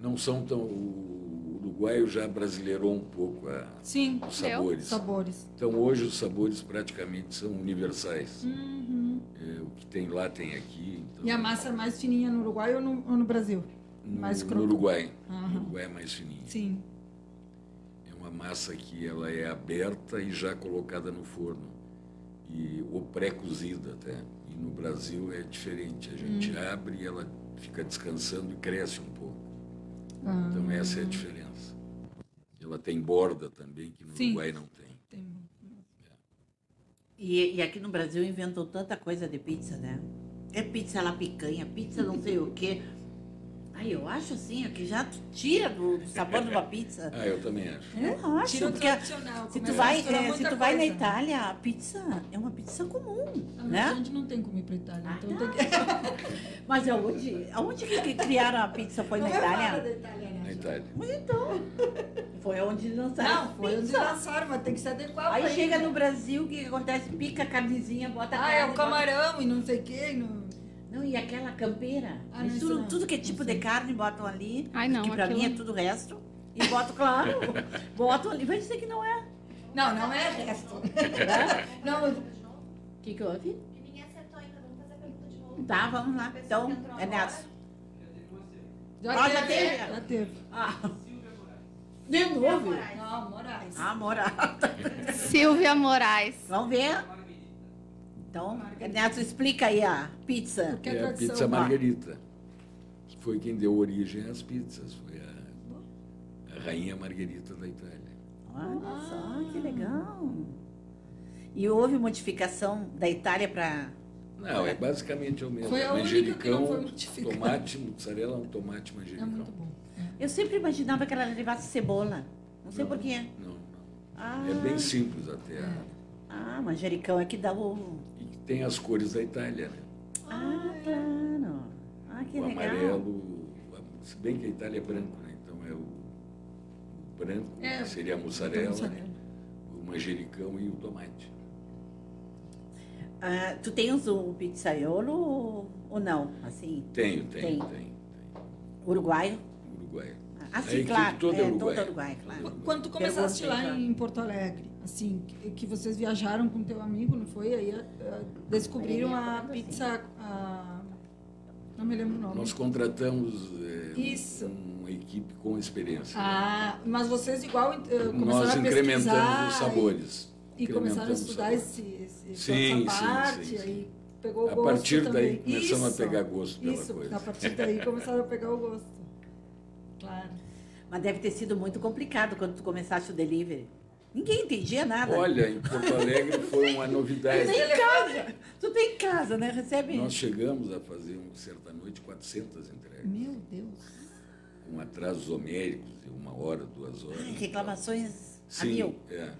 [SPEAKER 3] Não são tão. O uruguaio já brasileirou um pouco a-
[SPEAKER 2] Sim,
[SPEAKER 3] os
[SPEAKER 4] Deu.
[SPEAKER 3] sabores.
[SPEAKER 2] sabores.
[SPEAKER 3] Então hoje os sabores praticamente são universais.
[SPEAKER 2] Uhum.
[SPEAKER 3] É, o que tem lá tem aqui. Então,
[SPEAKER 2] E a massa é mais fininha no Uruguai ou no, ou no Brasil?
[SPEAKER 1] é
[SPEAKER 3] no,
[SPEAKER 2] mais
[SPEAKER 3] no
[SPEAKER 2] crocu-
[SPEAKER 3] Uruguai.
[SPEAKER 2] Aham.
[SPEAKER 3] No Uruguai é mais fininho.
[SPEAKER 2] Sim.
[SPEAKER 3] É uma massa que ela é aberta e já colocada no forno. E, ou pré-cozida até. E no Brasil é diferente. A gente
[SPEAKER 2] Hum.
[SPEAKER 3] abre e ela fica descansando e cresce um pouco.
[SPEAKER 2] Ah.
[SPEAKER 3] Então essa é a diferença. Ela tem borda também, que no
[SPEAKER 2] Sim.
[SPEAKER 3] Uruguai não tem.
[SPEAKER 2] Tem-
[SPEAKER 1] E, e aqui no Brasil inventou tanta coisa de pizza, né? É pizza lá picanha, pizza não sei o quê. Aí eu acho assim, ó, que já tu tira do, do sabor de uma pizza.
[SPEAKER 3] Ah, eu também acho.
[SPEAKER 1] Eu acho,
[SPEAKER 2] Tira o
[SPEAKER 1] porque
[SPEAKER 2] tradicional.
[SPEAKER 1] se tu
[SPEAKER 2] começa a
[SPEAKER 1] vai,
[SPEAKER 2] misturar
[SPEAKER 1] eh, se
[SPEAKER 2] muita
[SPEAKER 1] tu vai na
[SPEAKER 2] coisa.
[SPEAKER 1] Itália, a pizza é uma pizza comum,
[SPEAKER 2] Ah, mas A
[SPEAKER 1] né?
[SPEAKER 2] gente não tem como ir pra Itália.
[SPEAKER 1] Ah,
[SPEAKER 2] então tem que...
[SPEAKER 1] Mas aonde, aonde que criaram a pizza? Foi na
[SPEAKER 2] Não é nada
[SPEAKER 1] Itália?
[SPEAKER 2] da Itália, né?
[SPEAKER 3] Na Itália.
[SPEAKER 1] Foi onde lançaram
[SPEAKER 2] Não, foi um dinossauro, mas tem que se adequar
[SPEAKER 1] Aí
[SPEAKER 2] pra
[SPEAKER 1] chega
[SPEAKER 2] ir, né?
[SPEAKER 1] no Brasil, o que que acontece? Pica a carnezinha, bota a
[SPEAKER 2] Ah,
[SPEAKER 1] carne.
[SPEAKER 2] é o
[SPEAKER 1] bota-
[SPEAKER 2] camarão e não sei o que. No...
[SPEAKER 1] Não, e aquela campeira.
[SPEAKER 2] Ah, não,
[SPEAKER 1] Misturam
[SPEAKER 2] isso não.
[SPEAKER 1] tudo que é
[SPEAKER 2] Não
[SPEAKER 1] tipo
[SPEAKER 2] sei.
[SPEAKER 1] de carne, botam ali.
[SPEAKER 4] Ai, não,
[SPEAKER 1] Que pra
[SPEAKER 4] aquilo-
[SPEAKER 1] mim é tudo resto. E botam, claro, botam ali. Vai dizer que não é.
[SPEAKER 2] Não, não é resto. Não,
[SPEAKER 1] O que, que houve?
[SPEAKER 5] E ninguém acertou ainda, vamos fazer a pergunta de novo.
[SPEAKER 1] Tá, vamos lá. Então, é nessa.
[SPEAKER 2] já
[SPEAKER 1] Ah,
[SPEAKER 2] teve. é,
[SPEAKER 1] já teve?
[SPEAKER 2] Já teve.
[SPEAKER 1] Ah. De novo?
[SPEAKER 2] Não, Moraes.
[SPEAKER 1] Ah, moral.
[SPEAKER 4] Silvia Moraes.
[SPEAKER 1] Vamos ver. Então, Ernesto, explica aí a pizza.
[SPEAKER 2] Porque a
[SPEAKER 3] é a
[SPEAKER 2] tradição
[SPEAKER 3] pizza
[SPEAKER 2] lá.
[SPEAKER 3] margarita, que foi quem deu origem às pizzas. Foi a, a rainha Margarita da Itália.
[SPEAKER 1] Olha só, que
[SPEAKER 3] Ah.
[SPEAKER 1] legal. E houve modificação da Itália para
[SPEAKER 3] Não, é basicamente o mesmo.
[SPEAKER 2] Foi a única que
[SPEAKER 3] manjericão,
[SPEAKER 2] não foi modificada.
[SPEAKER 3] tomate, mussarela, um tomate
[SPEAKER 2] É
[SPEAKER 3] manjericão.
[SPEAKER 2] muito bom.
[SPEAKER 1] Eu sempre imaginava que ela levasse cebola. Não sei
[SPEAKER 3] Não.
[SPEAKER 1] porquê.
[SPEAKER 3] Não, não.
[SPEAKER 1] Ah,
[SPEAKER 3] É bem simples até.
[SPEAKER 1] ah, manjericão é que dá o.
[SPEAKER 3] E que tem as cores da Itália, né?
[SPEAKER 1] Ah, claro. Ah, que
[SPEAKER 3] o
[SPEAKER 1] legal.
[SPEAKER 3] amarelo, o am- se bem que a Itália é branco, né? Então é o, o branco,
[SPEAKER 2] É,
[SPEAKER 3] que seria a
[SPEAKER 2] É.
[SPEAKER 3] mussarela, o manjericão e o tomate.
[SPEAKER 1] Ah, tu tens o pizzaiolo ou, ou não? Assim,
[SPEAKER 3] Tenho, tenho,
[SPEAKER 1] Tem.
[SPEAKER 3] tenho. tem.
[SPEAKER 1] uruguaio?
[SPEAKER 3] Uruguai.
[SPEAKER 1] Ah, sim,
[SPEAKER 3] equipe
[SPEAKER 1] claro.
[SPEAKER 3] toda
[SPEAKER 1] é,
[SPEAKER 3] uruguaia.
[SPEAKER 1] todo uruguaio, claro.
[SPEAKER 2] Quando tu começaste
[SPEAKER 1] Perguntei,
[SPEAKER 2] lá
[SPEAKER 1] claro.
[SPEAKER 2] em Porto Alegre, assim, que, que vocês viajaram com teu amigo, não foi? Aí ah, descobriram a
[SPEAKER 1] Comendo assim.
[SPEAKER 2] pizza. a- Não me lembro o nome.
[SPEAKER 3] Nós contratamos eh,
[SPEAKER 2] Isso.
[SPEAKER 3] uma equipe com experiência.
[SPEAKER 2] Ah, mas vocês igual eh, começaram
[SPEAKER 3] Nós
[SPEAKER 2] a
[SPEAKER 3] incrementamos
[SPEAKER 2] pesquisar
[SPEAKER 3] os sabores.
[SPEAKER 2] E, e começaram a
[SPEAKER 3] Incrementamos os
[SPEAKER 2] estudar
[SPEAKER 3] sabores.
[SPEAKER 2] esse, esse-
[SPEAKER 3] Sim,
[SPEAKER 2] essa
[SPEAKER 3] sim,
[SPEAKER 2] parte,
[SPEAKER 3] sim, sim.
[SPEAKER 2] aí pegou o
[SPEAKER 3] A
[SPEAKER 2] gosto
[SPEAKER 3] partir daí
[SPEAKER 2] também.
[SPEAKER 3] começamos
[SPEAKER 2] Isso,
[SPEAKER 3] a pegar gosto pela
[SPEAKER 2] Isso,
[SPEAKER 3] coisa.
[SPEAKER 2] a partir daí começaram a pegar o gosto. Claro.
[SPEAKER 1] Mas deve ter sido muito complicado quando tu começaste o delivery. Ninguém entendia nada.
[SPEAKER 3] Olha, em Porto Alegre foi uma
[SPEAKER 1] tu
[SPEAKER 3] novidade.
[SPEAKER 1] tem
[SPEAKER 2] é
[SPEAKER 1] em casa. Tu tem em casa, né? Recebe.
[SPEAKER 3] Nós chegamos a fazer, um, certa noite, 400 entregas.
[SPEAKER 2] Meu Deus.
[SPEAKER 3] Com atrasos homéricos de uma hora, duas horas.
[SPEAKER 1] Ai, reclamações a
[SPEAKER 3] Sim,
[SPEAKER 1] mil.
[SPEAKER 3] é.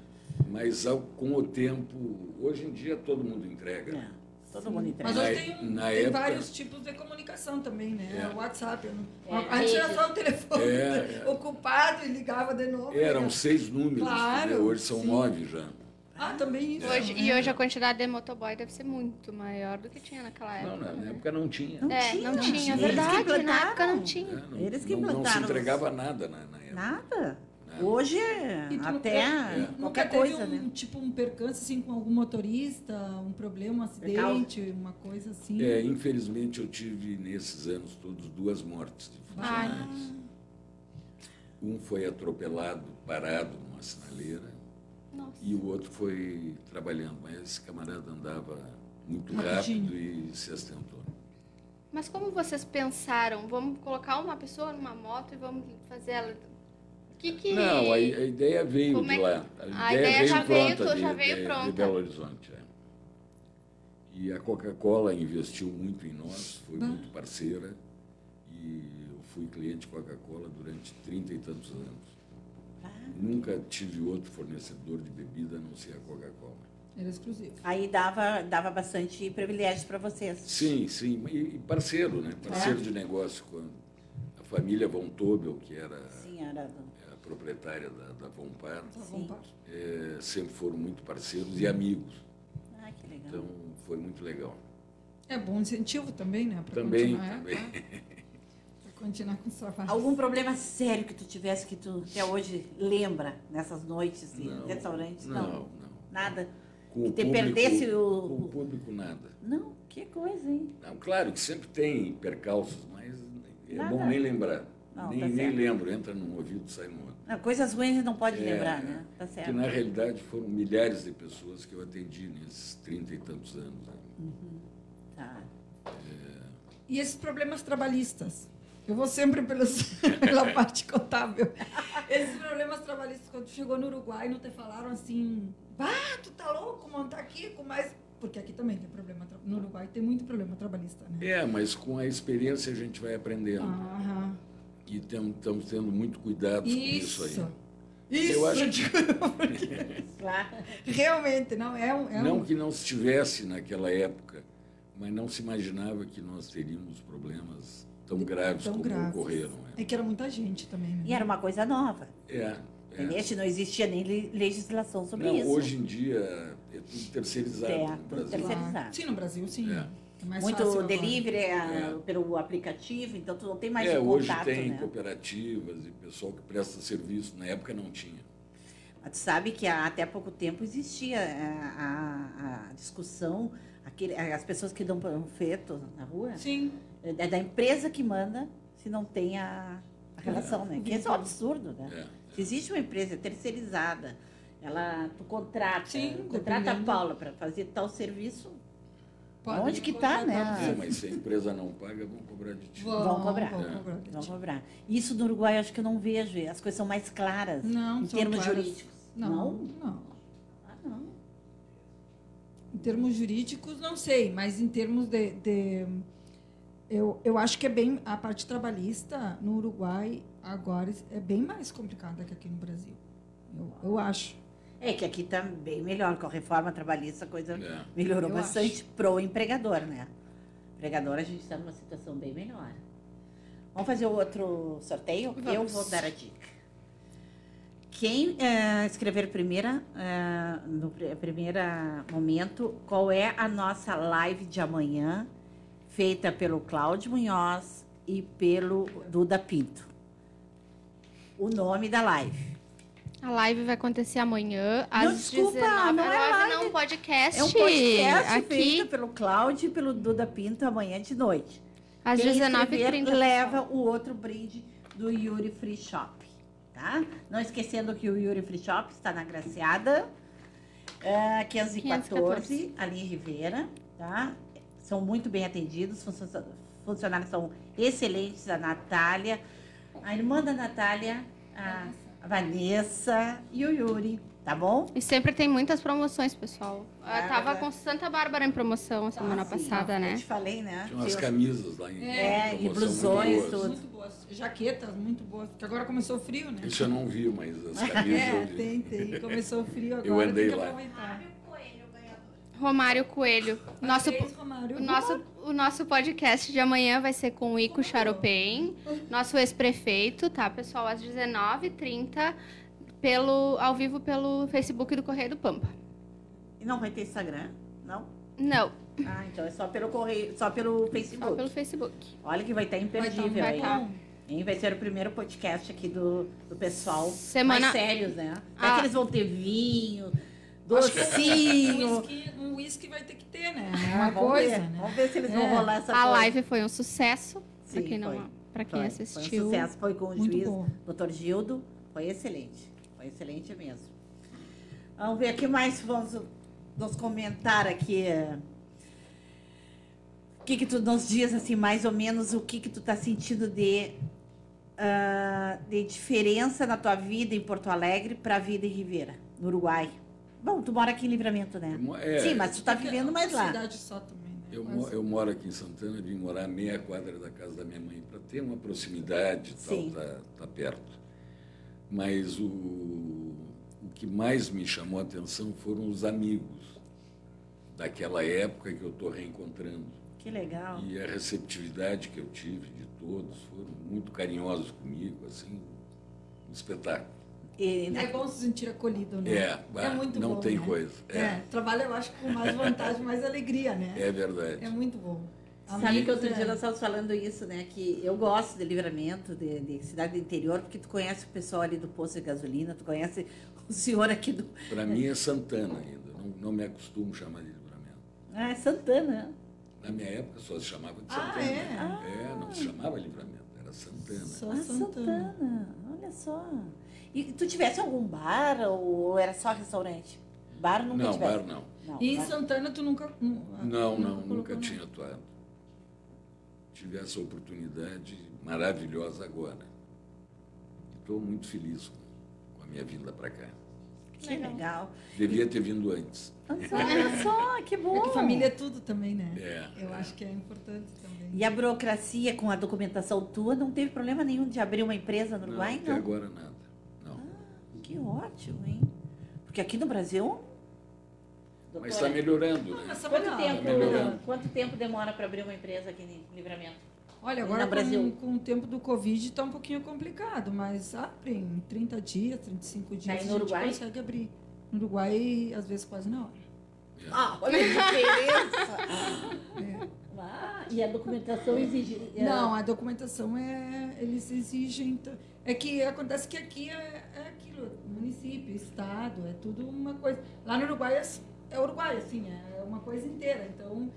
[SPEAKER 3] Mas ao, com o tempo, hoje em dia todo mundo entrega.
[SPEAKER 1] É, todo mundo entrega.
[SPEAKER 2] Mas
[SPEAKER 3] Na-
[SPEAKER 2] hoje tem, um-
[SPEAKER 3] na
[SPEAKER 2] tem
[SPEAKER 3] época-
[SPEAKER 2] vários tipos de comunicação também, né?
[SPEAKER 3] É.
[SPEAKER 2] O WhatsApp. eu não-
[SPEAKER 1] É,
[SPEAKER 2] Antes era só o telefone
[SPEAKER 3] É, um é.
[SPEAKER 2] ocupado e ligava de novo.
[SPEAKER 3] Eram
[SPEAKER 2] né?
[SPEAKER 3] seis números,
[SPEAKER 2] Claro,
[SPEAKER 3] né? hoje são
[SPEAKER 2] sim.
[SPEAKER 3] nove já.
[SPEAKER 2] Ah, também isso.
[SPEAKER 4] Hoje,
[SPEAKER 2] né?
[SPEAKER 4] e hoje a quantidade de motoboy deve ser muito maior do que tinha naquela
[SPEAKER 3] Não,
[SPEAKER 4] época.
[SPEAKER 3] na
[SPEAKER 4] né?
[SPEAKER 3] época não tinha.
[SPEAKER 4] É, não
[SPEAKER 1] Não tinha.
[SPEAKER 4] tinha, é
[SPEAKER 1] Eles que
[SPEAKER 4] verdade. Na época
[SPEAKER 1] plantaram.
[SPEAKER 4] não tinha.
[SPEAKER 3] É, não,
[SPEAKER 1] Eles que
[SPEAKER 3] não- não se
[SPEAKER 1] plantaram os-
[SPEAKER 3] entregava nada na, na época.
[SPEAKER 1] Nada.
[SPEAKER 3] Nada.
[SPEAKER 1] Hoje,
[SPEAKER 2] E tu
[SPEAKER 1] é até
[SPEAKER 3] É.
[SPEAKER 2] nunca,
[SPEAKER 1] qualquer
[SPEAKER 2] nunca teve
[SPEAKER 1] coisa,
[SPEAKER 2] um,
[SPEAKER 1] né?
[SPEAKER 2] tipo um percance assim com algum motorista, um problema, um acidente, uma coisa assim.
[SPEAKER 3] É, infelizmente eu tive nesses anos todos duas mortes de funcionários. Um foi atropelado, parado numa sinaleira.
[SPEAKER 4] Nossa.
[SPEAKER 3] E o outro foi trabalhando, mas esse camarada andava muito
[SPEAKER 2] Rapidinho.
[SPEAKER 3] rápido e se astentou.
[SPEAKER 4] Mas como vocês pensaram? Vamos colocar uma pessoa numa moto e vamos fazer ela. O que que.
[SPEAKER 3] Não, a, a ideia veio
[SPEAKER 4] Como é
[SPEAKER 3] de
[SPEAKER 4] que-
[SPEAKER 3] lá.
[SPEAKER 4] a ideia já veio, tu já veio
[SPEAKER 3] de,
[SPEAKER 4] pronta.
[SPEAKER 3] de Belo Horizonte. é. E a Coca-Cola investiu muito em nós, foi
[SPEAKER 2] Bah.
[SPEAKER 3] muito parceira. E eu fui cliente Coca-Cola durante trinta e tantos anos. Nunca tive outro fornecedor de bebida a não ser a Coca-Cola.
[SPEAKER 2] Era exclusivo.
[SPEAKER 1] Aí dava, dava bastante privilégios para vocês.
[SPEAKER 3] Sim, sim. E e parceiro, né? Parceiro de negócio. Quando a família Von Tobel, que era
[SPEAKER 1] Sim, era do-
[SPEAKER 3] a proprietária da, da Von Par,
[SPEAKER 2] Tá
[SPEAKER 1] Sim.
[SPEAKER 2] bom, par.
[SPEAKER 3] eh, sempre foram muito parceiros e amigos.
[SPEAKER 1] Ah, que legal.
[SPEAKER 3] Então foi muito legal.
[SPEAKER 2] É bom incentivo também, né? Pra
[SPEAKER 3] Também,
[SPEAKER 2] continuar,
[SPEAKER 3] também.
[SPEAKER 2] Tá? Pra continuar com os trabalhos.
[SPEAKER 1] Algum problema sério que tu tivesse que tu até hoje lembra nessas noites de
[SPEAKER 3] Não,
[SPEAKER 1] restaurantes?
[SPEAKER 3] Não, não.
[SPEAKER 1] Nada?
[SPEAKER 3] Com
[SPEAKER 1] Que te perdesse o-
[SPEAKER 3] Com o público, nada.
[SPEAKER 1] Não, que coisa, hein?
[SPEAKER 3] Não, claro que sempre tem percalços, mas é
[SPEAKER 1] Nada.
[SPEAKER 3] bom nem lembrar.
[SPEAKER 1] Não,
[SPEAKER 3] nem,
[SPEAKER 1] tá
[SPEAKER 3] nem
[SPEAKER 1] certo.
[SPEAKER 3] lembro, entra num ouvido, sai no outro.
[SPEAKER 1] Não, coisas ruins a gente não pode
[SPEAKER 3] É,
[SPEAKER 1] lembrar, né? Tá
[SPEAKER 3] Porque
[SPEAKER 1] certo.
[SPEAKER 3] na realidade foram milhares de pessoas que eu atendi nesses trinta e tantos anos. né?
[SPEAKER 1] Tá.
[SPEAKER 2] E esses problemas trabalhistas? Eu vou sempre pelos, pela parte contábil. Esses problemas trabalhistas, quando tu chegou no Uruguai, não te falaram assim, bah, tu tá louco, montar aqui com mais... Porque aqui também tem problema, tra- no Uruguai tem muito problema trabalhista, né?
[SPEAKER 3] É, mas com a experiência a gente vai aprendendo.
[SPEAKER 1] Ah.
[SPEAKER 2] Aham.
[SPEAKER 3] E estamos tendo muito cuidado com isso
[SPEAKER 2] Isso.
[SPEAKER 3] aí.
[SPEAKER 2] Isso,
[SPEAKER 3] Eu acho-
[SPEAKER 2] digo,
[SPEAKER 1] Claro.
[SPEAKER 2] realmente, não, é um... É
[SPEAKER 3] Não
[SPEAKER 2] um...
[SPEAKER 3] que não se tivesse naquela época, mas não se imaginava que nós teríamos problemas tão graves
[SPEAKER 2] tão
[SPEAKER 3] como
[SPEAKER 2] graves.
[SPEAKER 3] ocorreram.
[SPEAKER 2] É que era muita gente também, né?
[SPEAKER 1] E era uma coisa nova.
[SPEAKER 3] É, é. é.
[SPEAKER 1] Neste não existia nem le- legislação sobre
[SPEAKER 3] Não,
[SPEAKER 1] isso.
[SPEAKER 3] hoje em dia é tudo terceirizado
[SPEAKER 1] É,
[SPEAKER 3] no
[SPEAKER 1] tudo
[SPEAKER 3] Brasil.
[SPEAKER 1] terceirizado. terceirizado.
[SPEAKER 2] Sim, no Brasil, sim.
[SPEAKER 3] É.
[SPEAKER 2] É mais fácil
[SPEAKER 1] Muito
[SPEAKER 2] agora.
[SPEAKER 1] delivery é,
[SPEAKER 3] É.
[SPEAKER 1] pelo aplicativo, então tu não tem mais
[SPEAKER 3] é,
[SPEAKER 1] o
[SPEAKER 3] hoje
[SPEAKER 1] contato,
[SPEAKER 3] tem
[SPEAKER 1] né?
[SPEAKER 3] cooperativas e pessoal que presta serviço. Na época não tinha.
[SPEAKER 1] Mas Tu sabe que há- até pouco tempo existia é, a, a discussão, aquele, as pessoas que dão panfleto na rua,
[SPEAKER 2] Sim.
[SPEAKER 1] é da empresa que manda se não tem a, a relação, né? Que isso é um absurdo, né?
[SPEAKER 3] É.
[SPEAKER 1] Se existe uma empresa terceirizada, ela, tu contrata,
[SPEAKER 2] Sim,
[SPEAKER 1] contrata a
[SPEAKER 2] dependendo.
[SPEAKER 1] Paula para fazer tal serviço,
[SPEAKER 2] Pode
[SPEAKER 1] Onde que tá, né?
[SPEAKER 2] contratar
[SPEAKER 3] É, mas se a empresa não paga, vão cobrar de ti.
[SPEAKER 2] Vão,
[SPEAKER 1] Vão cobrar.
[SPEAKER 2] vão
[SPEAKER 3] É.
[SPEAKER 2] cobrar.
[SPEAKER 1] vão cobrar. Isso no Uruguai eu acho que eu não vejo, as coisas são mais claras
[SPEAKER 2] Não,
[SPEAKER 1] em
[SPEAKER 2] são
[SPEAKER 1] termos
[SPEAKER 2] claras.
[SPEAKER 1] jurídicos.
[SPEAKER 2] Não,
[SPEAKER 1] não?
[SPEAKER 2] não.
[SPEAKER 1] Ah, não.
[SPEAKER 2] Em termos jurídicos, não sei, mas em termos de. de- eu, eu acho que é bem. A parte trabalhista no Uruguai agora é bem mais complicada que aqui no Brasil. Eu, eu acho.
[SPEAKER 1] É que aqui tá bem melhor, com a reforma trabalhista a coisa
[SPEAKER 3] É.
[SPEAKER 1] melhorou
[SPEAKER 2] Eu
[SPEAKER 1] bastante pro empregador, né? Empregador a gente está numa situação bem melhor. Vamos fazer o outro sorteio? Eu
[SPEAKER 4] Vamos.
[SPEAKER 1] vou dar a dica. Quem eh, escrever primeira, eh, no pr primeiro momento, qual é a nossa live de amanhã, feita pelo Cláudio Munhoz e pelo Duda Pinto. O nome da live.
[SPEAKER 4] A live vai acontecer amanhã, às
[SPEAKER 1] desculpa,
[SPEAKER 4] 19
[SPEAKER 1] não é
[SPEAKER 4] A live
[SPEAKER 1] live.
[SPEAKER 4] não, um podcast.
[SPEAKER 1] É um podcast
[SPEAKER 4] Aqui,
[SPEAKER 1] feito pelo Cláudio e pelo Duda Pinto amanhã de noite.
[SPEAKER 4] às é
[SPEAKER 1] Quem
[SPEAKER 4] 19h30.
[SPEAKER 1] escrever, leva o outro brinde do Yuri Free Shop, tá? Não esquecendo que o Yuri Free Shop está na Graciada, é, 514,
[SPEAKER 4] 514,
[SPEAKER 1] ali em Rivera, tá? São muito bem atendidos, funcio- funcionários são excelentes, a Natália, a irmã da Natália, a a Vanessa e o Yuri, tá bom?
[SPEAKER 4] E sempre tem muitas promoções, pessoal. Eu
[SPEAKER 1] Ah,
[SPEAKER 4] tava
[SPEAKER 1] é.
[SPEAKER 4] com Santa Bárbara em promoção a semana
[SPEAKER 1] Ah, Sim,
[SPEAKER 4] passada,
[SPEAKER 1] Assim, Eu
[SPEAKER 4] né?
[SPEAKER 1] te falei, né?
[SPEAKER 3] Tinha umas
[SPEAKER 1] Que eu-
[SPEAKER 3] camisas lá em
[SPEAKER 1] É,
[SPEAKER 3] em
[SPEAKER 1] e
[SPEAKER 3] promoção muito
[SPEAKER 1] blusões,
[SPEAKER 3] boas.
[SPEAKER 1] tudo.
[SPEAKER 2] Muito boas. Jaquetas muito boas. Porque agora começou o frio, né?
[SPEAKER 3] Isso eu não vi, mas as camisas
[SPEAKER 2] É,
[SPEAKER 3] eu vi.
[SPEAKER 2] tem, tem. Começou o frio agora.
[SPEAKER 3] andei
[SPEAKER 2] tem que
[SPEAKER 3] lá.
[SPEAKER 2] aproveitar.
[SPEAKER 5] Fábio Coelho, ganhador.
[SPEAKER 4] Romário Coelho. Nosso,
[SPEAKER 2] Parabéns, Romário.
[SPEAKER 4] o, nosso, o nosso podcast de amanhã vai ser com o Ico Charopem, nosso ex-prefeito, tá, pessoal? Às 19h30, pelo, ao vivo pelo Facebook do Correio do Pampa.
[SPEAKER 1] E não vai ter Instagram, não?
[SPEAKER 4] Não,
[SPEAKER 1] Ah, então é só pelo correio, só pelo
[SPEAKER 4] só
[SPEAKER 1] Facebook.
[SPEAKER 4] pelo Facebook.
[SPEAKER 1] Olha que vai
[SPEAKER 4] tá,
[SPEAKER 1] estar imperdível
[SPEAKER 2] vai um
[SPEAKER 1] aí.
[SPEAKER 2] estar
[SPEAKER 1] hein? Vai ser o primeiro podcast aqui do, do pessoal
[SPEAKER 4] Semana-
[SPEAKER 1] mais sérios, né? Será
[SPEAKER 4] Ah.
[SPEAKER 1] que eles vão ter vinho,
[SPEAKER 2] um
[SPEAKER 1] docinho.
[SPEAKER 2] whisky, um whisky vai ter que ter, né?
[SPEAKER 1] Ah,
[SPEAKER 2] Uma
[SPEAKER 1] vamos
[SPEAKER 2] coisa,
[SPEAKER 1] ver.
[SPEAKER 2] né?
[SPEAKER 1] Vamos ver se eles vão
[SPEAKER 2] É.
[SPEAKER 1] rolar essa
[SPEAKER 4] A
[SPEAKER 1] coisa.
[SPEAKER 4] live foi um sucesso, pra
[SPEAKER 1] Sim,
[SPEAKER 4] quem,
[SPEAKER 1] foi.
[SPEAKER 4] não, pra quem
[SPEAKER 1] Foi. Foi um
[SPEAKER 4] assistiu.
[SPEAKER 1] sucesso, foi com o
[SPEAKER 2] Muito
[SPEAKER 1] juiz,
[SPEAKER 2] bom.
[SPEAKER 1] doutor Gildo. Foi excelente. Foi excelente mesmo. Vamos ver o que mais vamos nos comentar aqui. é, O que que tu nos diz, assim, mais ou menos, o que que tu tá sentindo de, ah, de diferença na tua vida em Porto Alegre para a vida em Ribeira, no Uruguai? Bom, tu mora aqui em Livramento, né?
[SPEAKER 3] Eu mo- é,
[SPEAKER 1] Sim, mas tu tá vivendo mais lá.
[SPEAKER 2] Cidade só também, né?
[SPEAKER 3] Eu, mo-
[SPEAKER 2] Quase.
[SPEAKER 3] eu moro aqui em Santana, vim morar a meia quadra da casa da minha mãe, para ter uma proximidade e tal,
[SPEAKER 1] Sim.
[SPEAKER 3] tá, tá perto. Mas o, o que mais me chamou a atenção foram os amigos daquela época que eu estou reencontrando.
[SPEAKER 1] Que legal.
[SPEAKER 3] E a receptividade que eu tive de todos, foram muito carinhosos comigo, assim, um espetáculo.
[SPEAKER 1] E-
[SPEAKER 2] É bom se sentir acolhido, né?
[SPEAKER 3] É, ah, não tem
[SPEAKER 2] né?
[SPEAKER 3] coisa. É,
[SPEAKER 2] É, trabalha, eu acho, com mais vontade, mais alegria, né?
[SPEAKER 3] é verdade.
[SPEAKER 2] É, muito bom. é.
[SPEAKER 1] Sabe que é.
[SPEAKER 2] eu tô
[SPEAKER 1] outro dia nós estávamos falando isso, né? Que eu gosto de livramento, de, de cidade do interior, porque tu conhece o pessoal ali do posto de gasolina, tu conhece o senhor aqui do.
[SPEAKER 3] Para mim é Santana ainda, não, não me acostumo a chamar de livramento.
[SPEAKER 1] Ah, é Santana.
[SPEAKER 3] Na minha época só se chamava de
[SPEAKER 2] Ah,
[SPEAKER 3] Santana.
[SPEAKER 2] é?
[SPEAKER 3] né? É, não se chamava Livramento, era Santana.
[SPEAKER 2] Só
[SPEAKER 1] Ah,
[SPEAKER 2] Santana.
[SPEAKER 1] Santana. Olha só. E tu tivesse algum bar ou era só restaurante? Bar nunca
[SPEAKER 3] não,
[SPEAKER 1] tivesse.
[SPEAKER 3] bar não.
[SPEAKER 1] Não,
[SPEAKER 2] E em
[SPEAKER 1] bar-
[SPEAKER 2] Santana tu nunca...
[SPEAKER 3] Não, não,
[SPEAKER 2] Ah. colocou
[SPEAKER 3] nunca
[SPEAKER 2] nada.
[SPEAKER 3] tinha atuado. Tive essa oportunidade maravilhosa agora. Estou muito feliz com- com a minha vinda para cá.
[SPEAKER 1] Que é legal.
[SPEAKER 3] Devia ter vindo antes.
[SPEAKER 1] Olha só, olha só, que bom.
[SPEAKER 2] É que família é tudo também, né?
[SPEAKER 3] É,
[SPEAKER 2] Eu
[SPEAKER 3] é.
[SPEAKER 2] acho que é importante também.
[SPEAKER 1] E a burocracia com a documentação tua não teve problema nenhum de abrir uma empresa no
[SPEAKER 3] Não,
[SPEAKER 1] Uruguai,
[SPEAKER 3] até
[SPEAKER 2] então?
[SPEAKER 1] não?
[SPEAKER 3] agora nada. Não.
[SPEAKER 2] Ah,
[SPEAKER 1] Que ótimo, hein? Porque aqui no Brasil.
[SPEAKER 3] Mas está melhorando, né?
[SPEAKER 2] Nossa,
[SPEAKER 1] Quanto
[SPEAKER 2] mas é. não. tá
[SPEAKER 1] tempo,
[SPEAKER 3] melhorando.
[SPEAKER 1] quanto tempo demora para abrir uma empresa aqui em Livramento?
[SPEAKER 2] Olha,
[SPEAKER 1] No
[SPEAKER 2] agora com,
[SPEAKER 1] Brasil.
[SPEAKER 2] com o tempo do Covid tá um pouquinho complicado, mas abre em 30 dias, 35 dias,
[SPEAKER 1] Aí
[SPEAKER 2] a
[SPEAKER 1] no
[SPEAKER 2] gente
[SPEAKER 1] Tá Uruguai?
[SPEAKER 2] consegue abrir. No Uruguai, às vezes, quase na hora.
[SPEAKER 3] É.
[SPEAKER 1] Ah, olha a diferença! Ah, e a documentação exige. é,
[SPEAKER 2] Não, a documentação é. Eles exigem. t- É que acontece que aqui é, é aquilo, município, estado, é tudo uma coisa. Lá no Uruguai é, s- é Uruguai, assim, é uma coisa inteira. Então,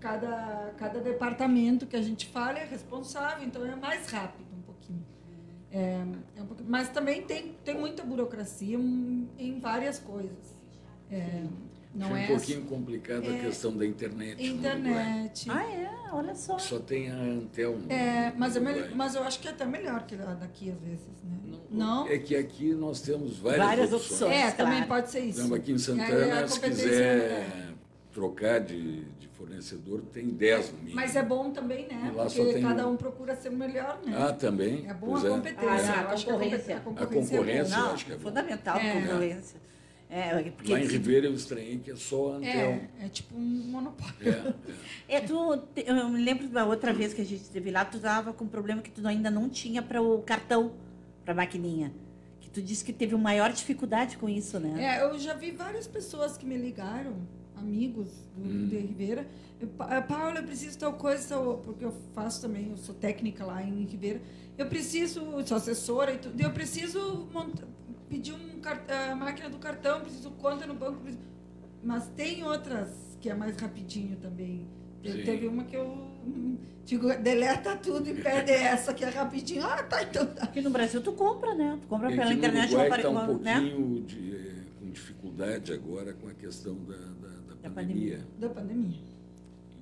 [SPEAKER 2] cada, cada departamento que a gente fala é responsável, então é mais rápido um pouquinho. É, é um pouquinho- mas também tem, tem muita burocracia em, em várias coisas. É, não
[SPEAKER 3] Foi
[SPEAKER 2] é
[SPEAKER 3] um pouquinho complicado a questão da internet. no Uruguai.
[SPEAKER 2] internet.
[SPEAKER 1] Ah, é? Olha só.
[SPEAKER 3] Só tem a Antel. no né?
[SPEAKER 2] É, mas, é
[SPEAKER 3] Uruguai.
[SPEAKER 2] melhor, mas eu acho que é até melhor que lá daqui, às vezes, né?
[SPEAKER 3] Não, É que aqui nós temos várias,
[SPEAKER 1] Várias
[SPEAKER 3] opções.
[SPEAKER 1] opções.
[SPEAKER 2] É,
[SPEAKER 1] claro.
[SPEAKER 2] também pode ser
[SPEAKER 3] Por
[SPEAKER 2] isso.
[SPEAKER 3] exemplo, aqui
[SPEAKER 2] É,
[SPEAKER 3] em
[SPEAKER 2] é
[SPEAKER 3] Santana,
[SPEAKER 2] a
[SPEAKER 3] se
[SPEAKER 2] competência,
[SPEAKER 3] quiser
[SPEAKER 2] né?
[SPEAKER 3] trocar de, de fornecedor, tem 10 no mínimo.
[SPEAKER 2] Mas é bom também, né?
[SPEAKER 3] E lá só
[SPEAKER 2] Porque
[SPEAKER 3] tem
[SPEAKER 2] cada
[SPEAKER 3] um.
[SPEAKER 2] um procura ser o melhor, né?
[SPEAKER 3] Ah, também?
[SPEAKER 2] é bom
[SPEAKER 3] Pois
[SPEAKER 2] a
[SPEAKER 1] Ah,
[SPEAKER 2] competência.
[SPEAKER 1] é, a
[SPEAKER 2] eu acho que a
[SPEAKER 1] concorrência.
[SPEAKER 2] competência,
[SPEAKER 3] A concorrência.
[SPEAKER 2] é
[SPEAKER 1] Não,
[SPEAKER 3] acho que é bom.
[SPEAKER 1] fundamental
[SPEAKER 2] É.
[SPEAKER 1] a concorrência. É, porque
[SPEAKER 3] Lá em Ribeira eu estranhei que é só
[SPEAKER 2] boa.
[SPEAKER 3] a Antel.
[SPEAKER 2] É, é tipo um monopólio.
[SPEAKER 3] É. é.
[SPEAKER 1] É, tu, te- eu me lembro da outra vez que a gente esteve lá, tu tava com um problema que tu ainda não tinha para o cartão, para a maquininha. Que tu disse que teve maior dificuldade com isso, né?
[SPEAKER 2] É, eu já vi várias pessoas que me ligaram, amigos do
[SPEAKER 3] Hum.
[SPEAKER 2] de Ribeira. Eu, "Pa- Paula, eu preciso tal coisa, tal- porque eu faço também, eu sou técnica lá em Ribeira. Eu preciso, eu sou assessora e tudo. Eu preciso monta- pedir um car- a máquina do cartão, preciso conta no banco. preciso-" Mas tem outras que é mais rapidinho também. Eu-
[SPEAKER 3] Sim.
[SPEAKER 2] Teve uma que eu hum, digo, deleta tudo e pede essa que é rapidinho. Ah, tá, então tá.
[SPEAKER 1] Aqui no Brasil tu compra, né? Tu compra
[SPEAKER 3] É
[SPEAKER 1] pela
[SPEAKER 3] que
[SPEAKER 1] internet,
[SPEAKER 3] no
[SPEAKER 1] não
[SPEAKER 3] Uruguai está um
[SPEAKER 1] apareceu, né?
[SPEAKER 3] pouquinho de, eh, com dificuldade agora com a questão da, da- da
[SPEAKER 1] Da
[SPEAKER 3] pandemia.
[SPEAKER 1] pandemia.
[SPEAKER 2] Da pandemia.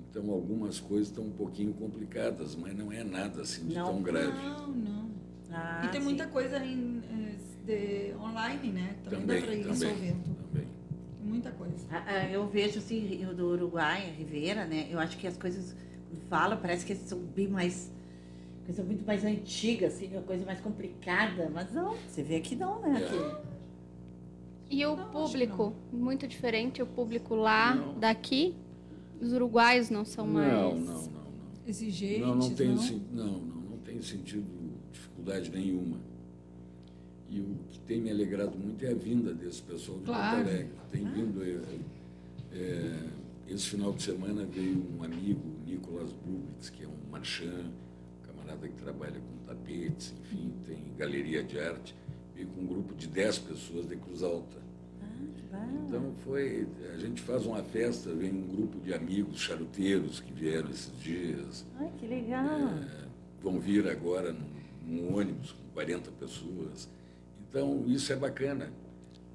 [SPEAKER 3] Então algumas coisas estão um pouquinho complicadas, mas não é nada assim de
[SPEAKER 1] Não.
[SPEAKER 3] tão grave.
[SPEAKER 2] Não, não.
[SPEAKER 1] Ah,
[SPEAKER 2] E tem
[SPEAKER 1] sim.
[SPEAKER 2] muita coisa em, eh, de online, né? Também,
[SPEAKER 3] Também,
[SPEAKER 2] dá pra ir
[SPEAKER 3] também.
[SPEAKER 2] resolvendo.
[SPEAKER 3] Também.
[SPEAKER 2] Muita coisa.
[SPEAKER 1] Ah, ah, Eu vejo assim, Rio do Uruguai, a Rivera, né? Eu acho que as coisas falam, parece que são bem mais. Coisa muito mais antiga, assim, uma coisa mais complicada, mas não, você vê aqui não, né?
[SPEAKER 3] É.
[SPEAKER 1] Aqui.
[SPEAKER 4] E o
[SPEAKER 2] Não, acho
[SPEAKER 4] público? Muito diferente o público lá
[SPEAKER 3] Não.
[SPEAKER 4] daqui? Os uruguaios não
[SPEAKER 2] então,
[SPEAKER 4] são mais.
[SPEAKER 3] Não, não, não, não.
[SPEAKER 2] Exigentes,
[SPEAKER 3] não, não tem,
[SPEAKER 2] não?
[SPEAKER 3] sen- não, não, não tem sentido dificuldade nenhuma. E o que tem me alegrado muito é a vinda desse pessoal de
[SPEAKER 2] Claro. Ah.
[SPEAKER 3] Porto Alegre. Tem vindo. é, é, esse final de semana veio um amigo, Nicolas Bublitz, que é um marchand, um camarada que trabalha com tapetes, enfim, tem galeria de arte, veio com um grupo de 10 pessoas de Cruz Alta.
[SPEAKER 1] Bah.
[SPEAKER 3] Então
[SPEAKER 2] Ah.
[SPEAKER 3] foi. A gente faz uma festa, vem um grupo de amigos charuteiros que vieram esses dias.
[SPEAKER 1] Ai, que legal.
[SPEAKER 3] vão vir agora num, num ônibus com 40 pessoas. Então, isso é bacana.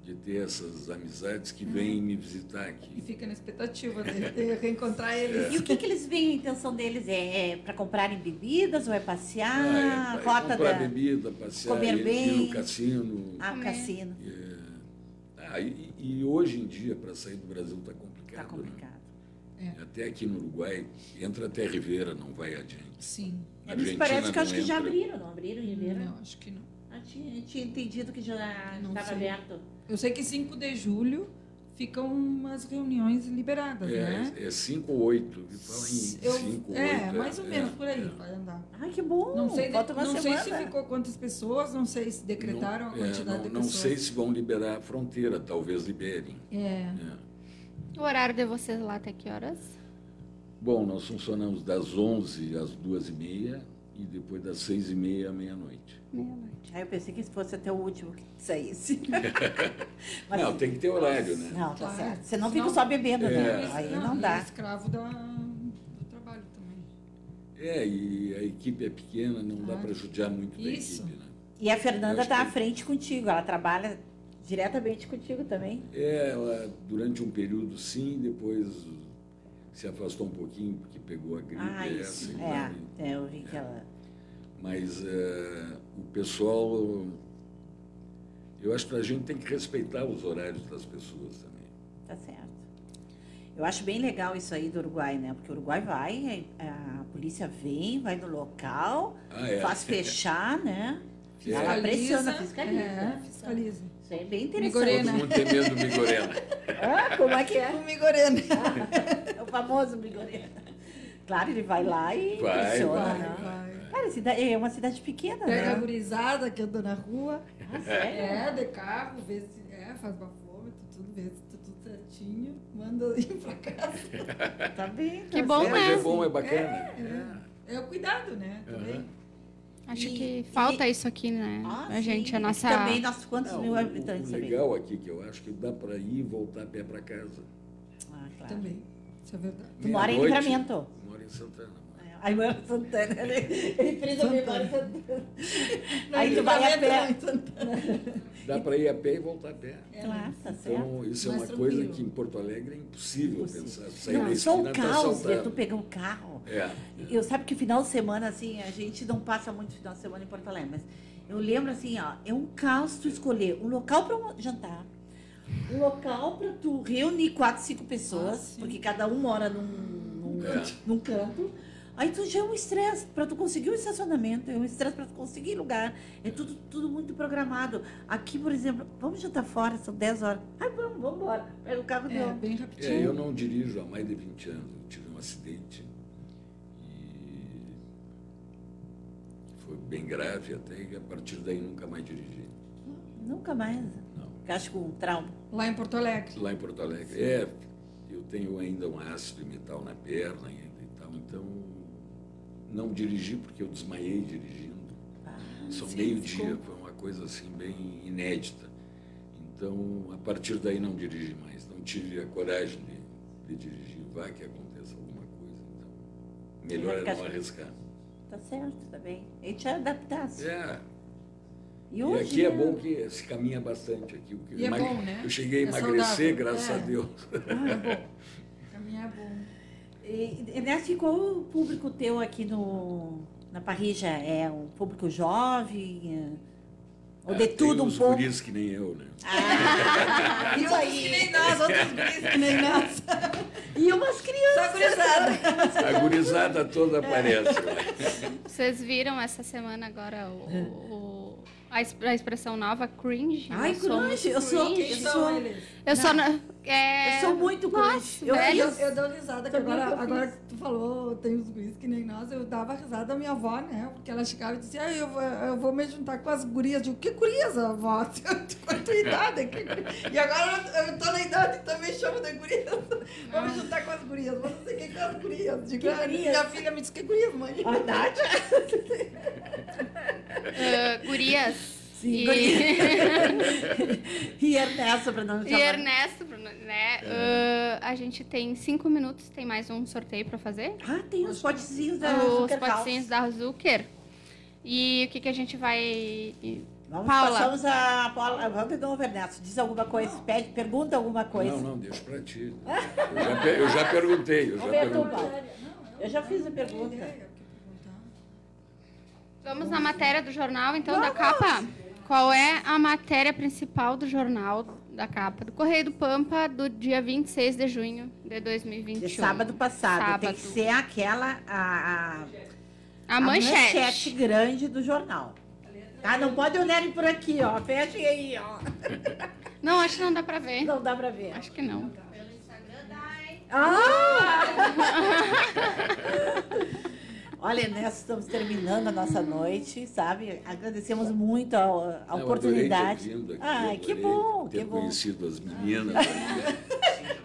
[SPEAKER 3] de ter essas amizades que vêm me visitar
[SPEAKER 2] E
[SPEAKER 3] aqui.
[SPEAKER 2] fica na expectativa de, de reencontrar
[SPEAKER 3] É.
[SPEAKER 2] eles.
[SPEAKER 1] E o que, que eles veem, a intenção deles? É, para comprarem bebidas ou é
[SPEAKER 3] Ah,
[SPEAKER 1] passear?
[SPEAKER 3] é,
[SPEAKER 1] Rota
[SPEAKER 3] comprar
[SPEAKER 1] da...
[SPEAKER 3] bebida, passear,
[SPEAKER 1] comer
[SPEAKER 3] ir- ir
[SPEAKER 1] bem.
[SPEAKER 3] no cassino.
[SPEAKER 1] Ah, o
[SPEAKER 4] Comer.
[SPEAKER 1] cassino.
[SPEAKER 3] Ah, e, e hoje em dia, para sair do Brasil, está complicado.
[SPEAKER 1] Tá
[SPEAKER 3] né?
[SPEAKER 1] complicado.
[SPEAKER 3] Até aqui no Uruguai, entra até Rivera, não vai adiante.
[SPEAKER 2] Sim.
[SPEAKER 1] É, mas
[SPEAKER 3] Argentina é um
[SPEAKER 1] parece que eu
[SPEAKER 3] não
[SPEAKER 1] acho que já
[SPEAKER 3] entra.
[SPEAKER 1] abriram, não abriram, Ribeira?
[SPEAKER 2] Não, acho que não.
[SPEAKER 1] Eu Ah, tinha, eu tinha entendido que já
[SPEAKER 2] Não
[SPEAKER 1] estava
[SPEAKER 2] sei.
[SPEAKER 1] aberto.
[SPEAKER 2] Eu sei que 5 de julho ficam umas reuniões liberadas, né?
[SPEAKER 3] É 5 ou 8. Fala em
[SPEAKER 2] Eu-
[SPEAKER 3] 5 ou 8.
[SPEAKER 2] é, mais ou menos por aí vai andar.
[SPEAKER 1] Ai, que bom!
[SPEAKER 2] Não sei,
[SPEAKER 1] Falta uma
[SPEAKER 2] não sei
[SPEAKER 1] semana. né?
[SPEAKER 2] se ficou quantas pessoas, não sei se decretaram a quantidade
[SPEAKER 3] é, não,
[SPEAKER 2] de
[SPEAKER 3] não
[SPEAKER 2] pessoas.
[SPEAKER 3] sei se vão liberar a fronteira, talvez liberem.
[SPEAKER 2] É.
[SPEAKER 3] né?
[SPEAKER 4] O horário de vocês lá até que horas?
[SPEAKER 3] Bom, nós funcionamos das 11 às 2h30 e depois das 6h30 à meia-noite.
[SPEAKER 4] Meia-noite.
[SPEAKER 1] Aí eu pensei que esse fosse até o último que saísse. Mas-
[SPEAKER 3] Não, tem que ter horário, né?
[SPEAKER 1] Não, tá
[SPEAKER 2] Claro.
[SPEAKER 1] certo. Você não
[SPEAKER 2] Senão-
[SPEAKER 1] fica só bebendo,
[SPEAKER 3] É.
[SPEAKER 1] né? Aí não dá.
[SPEAKER 2] É escravo da, do trabalho também.
[SPEAKER 3] É, e a equipe é pequena, não dá
[SPEAKER 2] Ah.
[SPEAKER 3] para judiar muito
[SPEAKER 2] Isso.
[SPEAKER 3] da equipe, né?
[SPEAKER 1] E a
[SPEAKER 3] Eu
[SPEAKER 1] Fernanda
[SPEAKER 3] acho
[SPEAKER 1] tá à
[SPEAKER 3] que-
[SPEAKER 1] frente contigo. Ela trabalha diretamente contigo também.
[SPEAKER 3] É, Ela, durante um período, sim, depois se afastou um pouquinho, porque pegou a gripe. assim, né?
[SPEAKER 1] Ah,
[SPEAKER 3] essa,
[SPEAKER 1] isso.
[SPEAKER 3] e
[SPEAKER 1] É,
[SPEAKER 3] tal, e-
[SPEAKER 1] é, eu vi que ela.
[SPEAKER 3] Mas eh, o pessoal, eu acho que a gente tem que respeitar os horários das pessoas também.
[SPEAKER 1] Tá certo. Eu acho bem legal isso aí do Uruguai, né? Porque o Uruguai vai, é, a a polícia vem, vai no local,
[SPEAKER 3] Ah, é.
[SPEAKER 1] faz fechar, né?
[SPEAKER 3] É.
[SPEAKER 1] Ela pressiona, fiscaliza.
[SPEAKER 2] É, fiscaliza.
[SPEAKER 1] Isso aí é bem
[SPEAKER 3] Todo
[SPEAKER 1] interessante.
[SPEAKER 2] Migorena.
[SPEAKER 3] mundo tem medo do Migorena.
[SPEAKER 1] Ah, como é que é?
[SPEAKER 2] Migorena.
[SPEAKER 1] É o famoso Migorena. Claro, ele vai lá e
[SPEAKER 3] Vai,
[SPEAKER 1] pressiona.
[SPEAKER 3] vai,
[SPEAKER 1] né?
[SPEAKER 2] Vai.
[SPEAKER 1] Cara, cida- é uma cidade pequena,
[SPEAKER 2] Pega
[SPEAKER 3] É.
[SPEAKER 2] a
[SPEAKER 1] né?
[SPEAKER 2] gurizada que anda na rua.
[SPEAKER 1] Ah, sério?
[SPEAKER 2] É, de carro, vê se. É, faz bafômetro, tudo, vê se tá tudo certinho. Manda ir pra casa.
[SPEAKER 3] É.
[SPEAKER 1] Tá bem. tá
[SPEAKER 4] Que bom,
[SPEAKER 1] certo.
[SPEAKER 4] né?
[SPEAKER 3] Mas é bom, é bacana.
[SPEAKER 2] É o cuidado, né? Também.
[SPEAKER 4] Acho
[SPEAKER 1] E-
[SPEAKER 4] que falta isso aqui, né?
[SPEAKER 1] Ah,
[SPEAKER 4] a gente,
[SPEAKER 1] sim.
[SPEAKER 4] a nossa.
[SPEAKER 1] Também, nós quantos
[SPEAKER 3] Não,
[SPEAKER 1] mil
[SPEAKER 3] o-
[SPEAKER 1] habitantes?
[SPEAKER 3] o
[SPEAKER 1] também?
[SPEAKER 3] legal aqui que eu acho que dá para ir e voltar a pé para casa.
[SPEAKER 1] Ah, claro.
[SPEAKER 2] Também. Isso é verdade.
[SPEAKER 1] Tu mora em
[SPEAKER 3] Meia-noite,
[SPEAKER 1] Livramento.
[SPEAKER 3] Moro em Santana.
[SPEAKER 1] Aí meu Santana, ele, ele fez a memória Santana. Aí tu
[SPEAKER 2] Não,
[SPEAKER 1] vai a pé.
[SPEAKER 2] não, então,
[SPEAKER 3] Dá para ir a pé e voltar a pé.
[SPEAKER 1] Claro, tá certo.
[SPEAKER 3] Então, isso é
[SPEAKER 2] Mais
[SPEAKER 3] uma coisa
[SPEAKER 2] tranquilo.
[SPEAKER 3] que em Porto Alegre é impossível
[SPEAKER 1] Impossível.
[SPEAKER 3] pensar. Sair da
[SPEAKER 1] Não, só
[SPEAKER 3] esquina
[SPEAKER 1] o
[SPEAKER 3] tá
[SPEAKER 1] caos de tu
[SPEAKER 3] assaltado.
[SPEAKER 1] pegar um carro.
[SPEAKER 3] É.
[SPEAKER 1] Eu sabe que final de semana, assim, a gente não passa muito final de semana em Porto Alegre, mas eu lembro assim, ó, é um caos tu escolher um local pra jantar, um local pra tu reunir quatro, cinco
[SPEAKER 2] Ah,
[SPEAKER 1] pessoas,
[SPEAKER 2] sim.
[SPEAKER 1] porque cada um mora num, num,
[SPEAKER 3] É.
[SPEAKER 1] num canto. Aí tu já é um estresse pra tu conseguir um estacionamento, é um estresse pra tu conseguir lugar. É tudo, tudo muito programado. Aqui, por exemplo, vamos jantar fora, são 10 horas. Ai, vamos, vamos embora. Pega o carro
[SPEAKER 2] É,
[SPEAKER 1] deu.
[SPEAKER 2] bem
[SPEAKER 3] É, eu
[SPEAKER 2] rapidinho.
[SPEAKER 3] não dirijo há mais de 20 anos. Eu tive um acidente e foi bem grave até e a partir daí nunca mais dirigi.
[SPEAKER 1] Nunca mais.
[SPEAKER 3] Não.
[SPEAKER 1] Acho que um trauma.
[SPEAKER 2] Lá em Porto Alegre.
[SPEAKER 3] Lá em Porto Alegre, é, eu tenho ainda um ácido e metal na perna ainda e tal, então não dirigi porque eu desmaiei dirigindo.
[SPEAKER 2] Ah.
[SPEAKER 3] São
[SPEAKER 2] sim,
[SPEAKER 3] meio-dia,
[SPEAKER 2] ficou-
[SPEAKER 3] foi uma coisa assim bem inédita. Então, a partir daí não dirigi mais, não tive a coragem de, de dirigir, vai que aconteça alguma coisa, então melhor
[SPEAKER 1] Vai ficar
[SPEAKER 3] é não
[SPEAKER 1] de-
[SPEAKER 3] arriscar.
[SPEAKER 1] Tá certo, tá bem. A gente é adaptado.
[SPEAKER 3] É,
[SPEAKER 1] E
[SPEAKER 3] e
[SPEAKER 1] hoje,
[SPEAKER 3] aqui é
[SPEAKER 1] né?
[SPEAKER 3] bom que se caminha bastante aqui. o que
[SPEAKER 2] E é
[SPEAKER 3] emag-
[SPEAKER 2] bom, né?
[SPEAKER 3] Eu cheguei a
[SPEAKER 2] É
[SPEAKER 3] emagrecer,
[SPEAKER 2] saudável.
[SPEAKER 3] graças
[SPEAKER 2] É.
[SPEAKER 3] a Deus.
[SPEAKER 2] É bom. Caminhar é bom.
[SPEAKER 1] E, e, Ernesto, e qual o público teu aqui no, na Parrija? É um público jovem? É... Ou
[SPEAKER 3] Ah,
[SPEAKER 1] de
[SPEAKER 3] tem
[SPEAKER 1] tudo um
[SPEAKER 3] uns
[SPEAKER 1] pouco?
[SPEAKER 3] guris que nem eu, né?
[SPEAKER 1] Ah, isso
[SPEAKER 2] Que
[SPEAKER 1] aí.
[SPEAKER 2] nem nós, outros guris que nem nós.
[SPEAKER 1] E umas
[SPEAKER 2] Só
[SPEAKER 1] crianças.
[SPEAKER 2] gurizada.
[SPEAKER 3] A gurizada toda aparece. né? lá.
[SPEAKER 4] Vocês viram essa semana agora o, o- a, es- a expressão nova, cringe?
[SPEAKER 1] Ai,
[SPEAKER 4] Nós somos
[SPEAKER 1] cringe, eu sou-
[SPEAKER 4] cringe.
[SPEAKER 1] eu
[SPEAKER 2] Então,
[SPEAKER 1] sou-
[SPEAKER 2] eles-
[SPEAKER 4] Eu sou. na-
[SPEAKER 1] Eu
[SPEAKER 4] é,
[SPEAKER 1] sou muito
[SPEAKER 4] Nossa,
[SPEAKER 1] crush. Eu
[SPEAKER 4] velho.
[SPEAKER 2] É, Eu,
[SPEAKER 1] fiz.
[SPEAKER 2] eu dou risada, que
[SPEAKER 1] Também
[SPEAKER 2] agora,
[SPEAKER 1] nunca
[SPEAKER 2] agora
[SPEAKER 1] fiz.
[SPEAKER 2] que tu falou, tem os guris que nem nós, eu dava risada à minha avó, né? Porque ela chegava e dizia, ah, eu, vou, eu vou me juntar com as gurias. Eu digo, que gurias, avó? Com a tua idade? que guri-" E agora eu, eu tô na idade e também chamo de gurias. Vou me juntar com as gurias, vou não sei o que é com as gurias. Eu Digo,
[SPEAKER 1] Ah. Que
[SPEAKER 2] "Ah,
[SPEAKER 1] gurias?"
[SPEAKER 2] Minha filha me disse, que gurias, mãe?
[SPEAKER 1] Ah, Verdade.
[SPEAKER 4] ah, gurias.
[SPEAKER 1] Sim,
[SPEAKER 4] e,
[SPEAKER 1] gurias. E Ernesto, pra não me
[SPEAKER 4] e
[SPEAKER 1] chamar.
[SPEAKER 4] Ernesto, Bruno, né? ah, a gente tem cinco minutos, tem mais um sorteio pra fazer.
[SPEAKER 1] Ah, tem os potezinhos da
[SPEAKER 4] os
[SPEAKER 1] Zucker House.
[SPEAKER 4] potinhos da Zucker. E o que, que a gente vai.
[SPEAKER 1] Vamos,
[SPEAKER 4] Paula.
[SPEAKER 1] passamos a Paula. Vamos pegar o Vernesto. Diz alguma coisa, pede, pergunta alguma coisa.
[SPEAKER 3] Não, não, deixa pra ti. Eu já, pe- eu já perguntei, eu já
[SPEAKER 1] Vamos ver,
[SPEAKER 3] perguntei.
[SPEAKER 1] Tuba. Eu já fiz a pergunta.
[SPEAKER 4] Vamos na matéria do jornal, então, da capa. Qual é a matéria principal do jornal da capa? Do Correio do Pampa, do dia 26 de junho de 2021.
[SPEAKER 1] De sábado passado. Tem que
[SPEAKER 4] Sábado.
[SPEAKER 1] ser aquela. A, a-
[SPEAKER 4] A
[SPEAKER 1] a
[SPEAKER 4] manchete.
[SPEAKER 1] grande do jornal. Ah, não pode olharem por aqui, ó. Fechem aí, ó.
[SPEAKER 4] Não, acho que não dá pra ver.
[SPEAKER 1] Não dá pra ver.
[SPEAKER 4] Acho que não.
[SPEAKER 5] Pelo Instagram dá, hein?
[SPEAKER 1] Ah! Olha, nós estamos terminando a nossa noite, sabe? Agradecemos muito a, a
[SPEAKER 3] Não, É, eu
[SPEAKER 1] oportunidade.
[SPEAKER 3] adorei ter vindo aqui,
[SPEAKER 1] Ai, que
[SPEAKER 3] adorei
[SPEAKER 1] bom,
[SPEAKER 3] ter
[SPEAKER 1] que bom. Ah,
[SPEAKER 3] conhecido as meninas. aqui.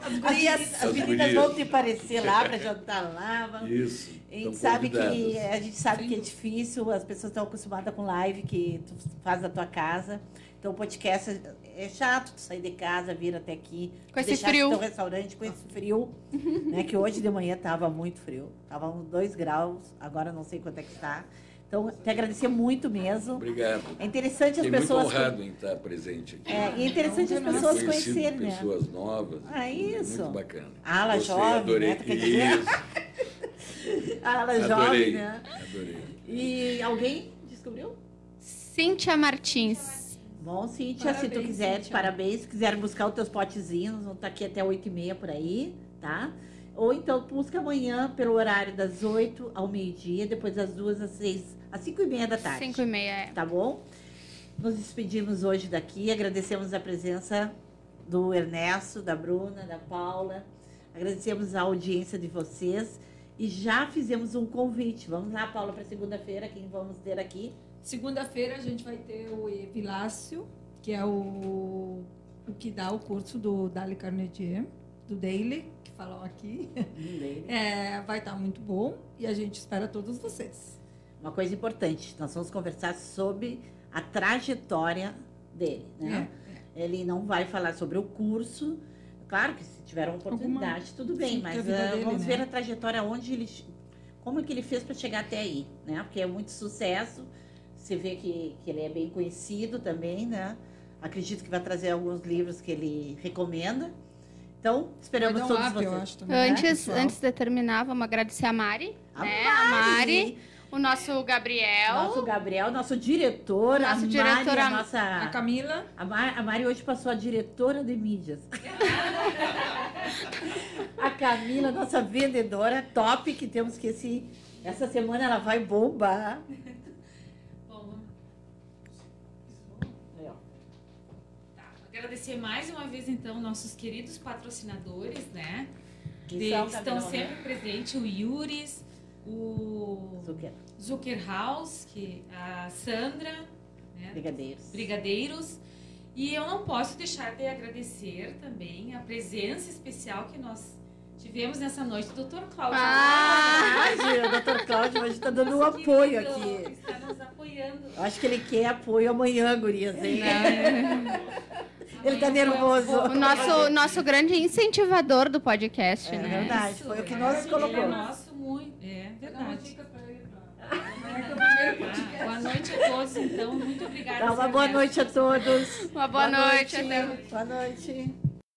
[SPEAKER 1] As, meninas- as
[SPEAKER 3] As
[SPEAKER 1] meninas
[SPEAKER 3] gurias.
[SPEAKER 1] vão te parecer lá para jantar lá. vão-
[SPEAKER 3] Isso.
[SPEAKER 1] A gente
[SPEAKER 3] tão
[SPEAKER 1] sabe que
[SPEAKER 3] Então, convidadas.
[SPEAKER 1] a gente sabe que é difícil, as pessoas estão acostumadas com live que tu faz da tua casa. Então o podcast é- é chato, tu sair de casa, vir até aqui,
[SPEAKER 4] Com esse
[SPEAKER 1] deixar
[SPEAKER 4] frio.
[SPEAKER 1] teu restaurante com esse frio, né? Que hoje de manhã tava muito frio, tava uns 2 graus, agora não sei quanto é que tá. Então te agradecer muito mesmo.
[SPEAKER 3] Obrigado.
[SPEAKER 1] É interessante as
[SPEAKER 3] Fiquei muito
[SPEAKER 1] pessoas
[SPEAKER 3] honrado em estar presente aqui.
[SPEAKER 1] é, e é interessante as
[SPEAKER 2] Não, não.
[SPEAKER 1] pessoas
[SPEAKER 3] Conhecido
[SPEAKER 1] conhecerem, né?
[SPEAKER 3] pessoas novas. É
[SPEAKER 1] Ah, isso.
[SPEAKER 3] Muito bacana.
[SPEAKER 1] Ala
[SPEAKER 3] Gostei,
[SPEAKER 1] jovem,
[SPEAKER 3] adorei.
[SPEAKER 1] né? Tu quer dizer?
[SPEAKER 3] Isso,
[SPEAKER 1] A ala jovem,
[SPEAKER 3] adorei.
[SPEAKER 1] né?
[SPEAKER 3] Adorei.
[SPEAKER 1] E alguém descobriu?
[SPEAKER 4] Cíntia Martins.
[SPEAKER 1] Bom, Cíntia, se tu
[SPEAKER 2] Parabéns,
[SPEAKER 1] quiser,
[SPEAKER 2] Cíntia.
[SPEAKER 1] parabéns. Se quiser buscar os teus potezinhos, vão estar aqui até 8h30 por aí, tá? Ou então busca amanhã pelo horário das 8 ao meio-dia, depois das 2 às 6, às 5h30 da tarde.
[SPEAKER 4] 5 e meia é.
[SPEAKER 1] Tá bom? Nos despedimos hoje daqui, agradecemos a presença do Ernesto, da Bruna, da Paula, agradecemos a audiência de vocês e já fizemos um convite. Vamos lá, Paula, para segunda-feira, quem vamos ter aqui?
[SPEAKER 2] Segunda-feira a gente vai ter o Epilácio, que é o, o que dá o curso do Dale Carnegie, do Daily, que falam aqui.
[SPEAKER 1] Não lembro.
[SPEAKER 2] É, vai estar muito bom e a gente espera todos vocês.
[SPEAKER 1] Uma coisa importante, nós vamos conversar sobre a trajetória dele,
[SPEAKER 4] É.
[SPEAKER 1] né?
[SPEAKER 2] É.
[SPEAKER 1] Ele não vai falar sobre o curso. Claro que se tiver uma oportunidade, tudo bem,
[SPEAKER 2] Sim, porque
[SPEAKER 1] mas
[SPEAKER 2] a vida
[SPEAKER 1] ah,
[SPEAKER 2] dele,
[SPEAKER 1] vamos
[SPEAKER 2] né?
[SPEAKER 1] ver a trajetória onde ele como é que ele fez para chegar até aí, né? Porque é muito sucesso. Você vê que, que ele é bem conhecido também, né? Acredito que vai trazer alguns livros que ele recomenda. Então,
[SPEAKER 2] Vai
[SPEAKER 1] esperamos
[SPEAKER 2] dar um
[SPEAKER 1] todos
[SPEAKER 2] up,
[SPEAKER 1] vocês.
[SPEAKER 2] eu acho, também.
[SPEAKER 1] Né?
[SPEAKER 4] Antes,
[SPEAKER 2] pessoal?
[SPEAKER 4] antes de terminar, vamos agradecer a Mari,
[SPEAKER 1] A
[SPEAKER 4] né? A Mari, o nosso Gabriel.
[SPEAKER 1] Nosso Gabriel, nosso diretor, a Mari,
[SPEAKER 4] Nosso diretor,
[SPEAKER 1] a
[SPEAKER 4] a-
[SPEAKER 1] nossa
[SPEAKER 2] A Camila,
[SPEAKER 1] A Mari, a Mari hoje passou a diretora de mídias. a Camila, nossa vendedora top, que temos que esse, essa semana ela vai bombar.
[SPEAKER 6] Bom, vamos-
[SPEAKER 1] Aí, ó.
[SPEAKER 6] tá. Agradecer mais uma vez, então, nossos queridos patrocinadores, né?
[SPEAKER 1] Que
[SPEAKER 6] De-
[SPEAKER 1] são,
[SPEAKER 6] estão
[SPEAKER 1] Camila,
[SPEAKER 6] sempre presentes, o Yuris, o
[SPEAKER 1] Zucchero,
[SPEAKER 6] Zucker House, que, a Sandra, né?
[SPEAKER 1] Brigadeiros.
[SPEAKER 6] brigadeiros. E eu não posso deixar de agradecer também a presença especial que nós tivemos nessa noite do Dr. Cláudio.
[SPEAKER 4] Ah!
[SPEAKER 1] Hoje, o doutor Cláudio hoje está dando um
[SPEAKER 6] Nosso
[SPEAKER 1] apoio
[SPEAKER 6] querido, que
[SPEAKER 1] aqui.
[SPEAKER 6] Está nos apoiando.
[SPEAKER 1] Eu acho que ele quer apoio amanhã, gurias, hein? Ele tá
[SPEAKER 6] Amanhã foi- um
[SPEAKER 1] nervoso.
[SPEAKER 4] O nosso, nosso grande incentivador do podcast,
[SPEAKER 1] É
[SPEAKER 4] né?
[SPEAKER 1] verdade, foi o que nós
[SPEAKER 6] Ele é
[SPEAKER 1] colocamos.
[SPEAKER 6] nosso muito. É verdade.
[SPEAKER 2] primeiro
[SPEAKER 6] Ah, boa noite a todos, então. Muito obrigada.
[SPEAKER 1] Dá uma boa
[SPEAKER 6] Isabel.
[SPEAKER 1] noite a todos.
[SPEAKER 4] Uma boa, noite, até
[SPEAKER 1] Boa noite.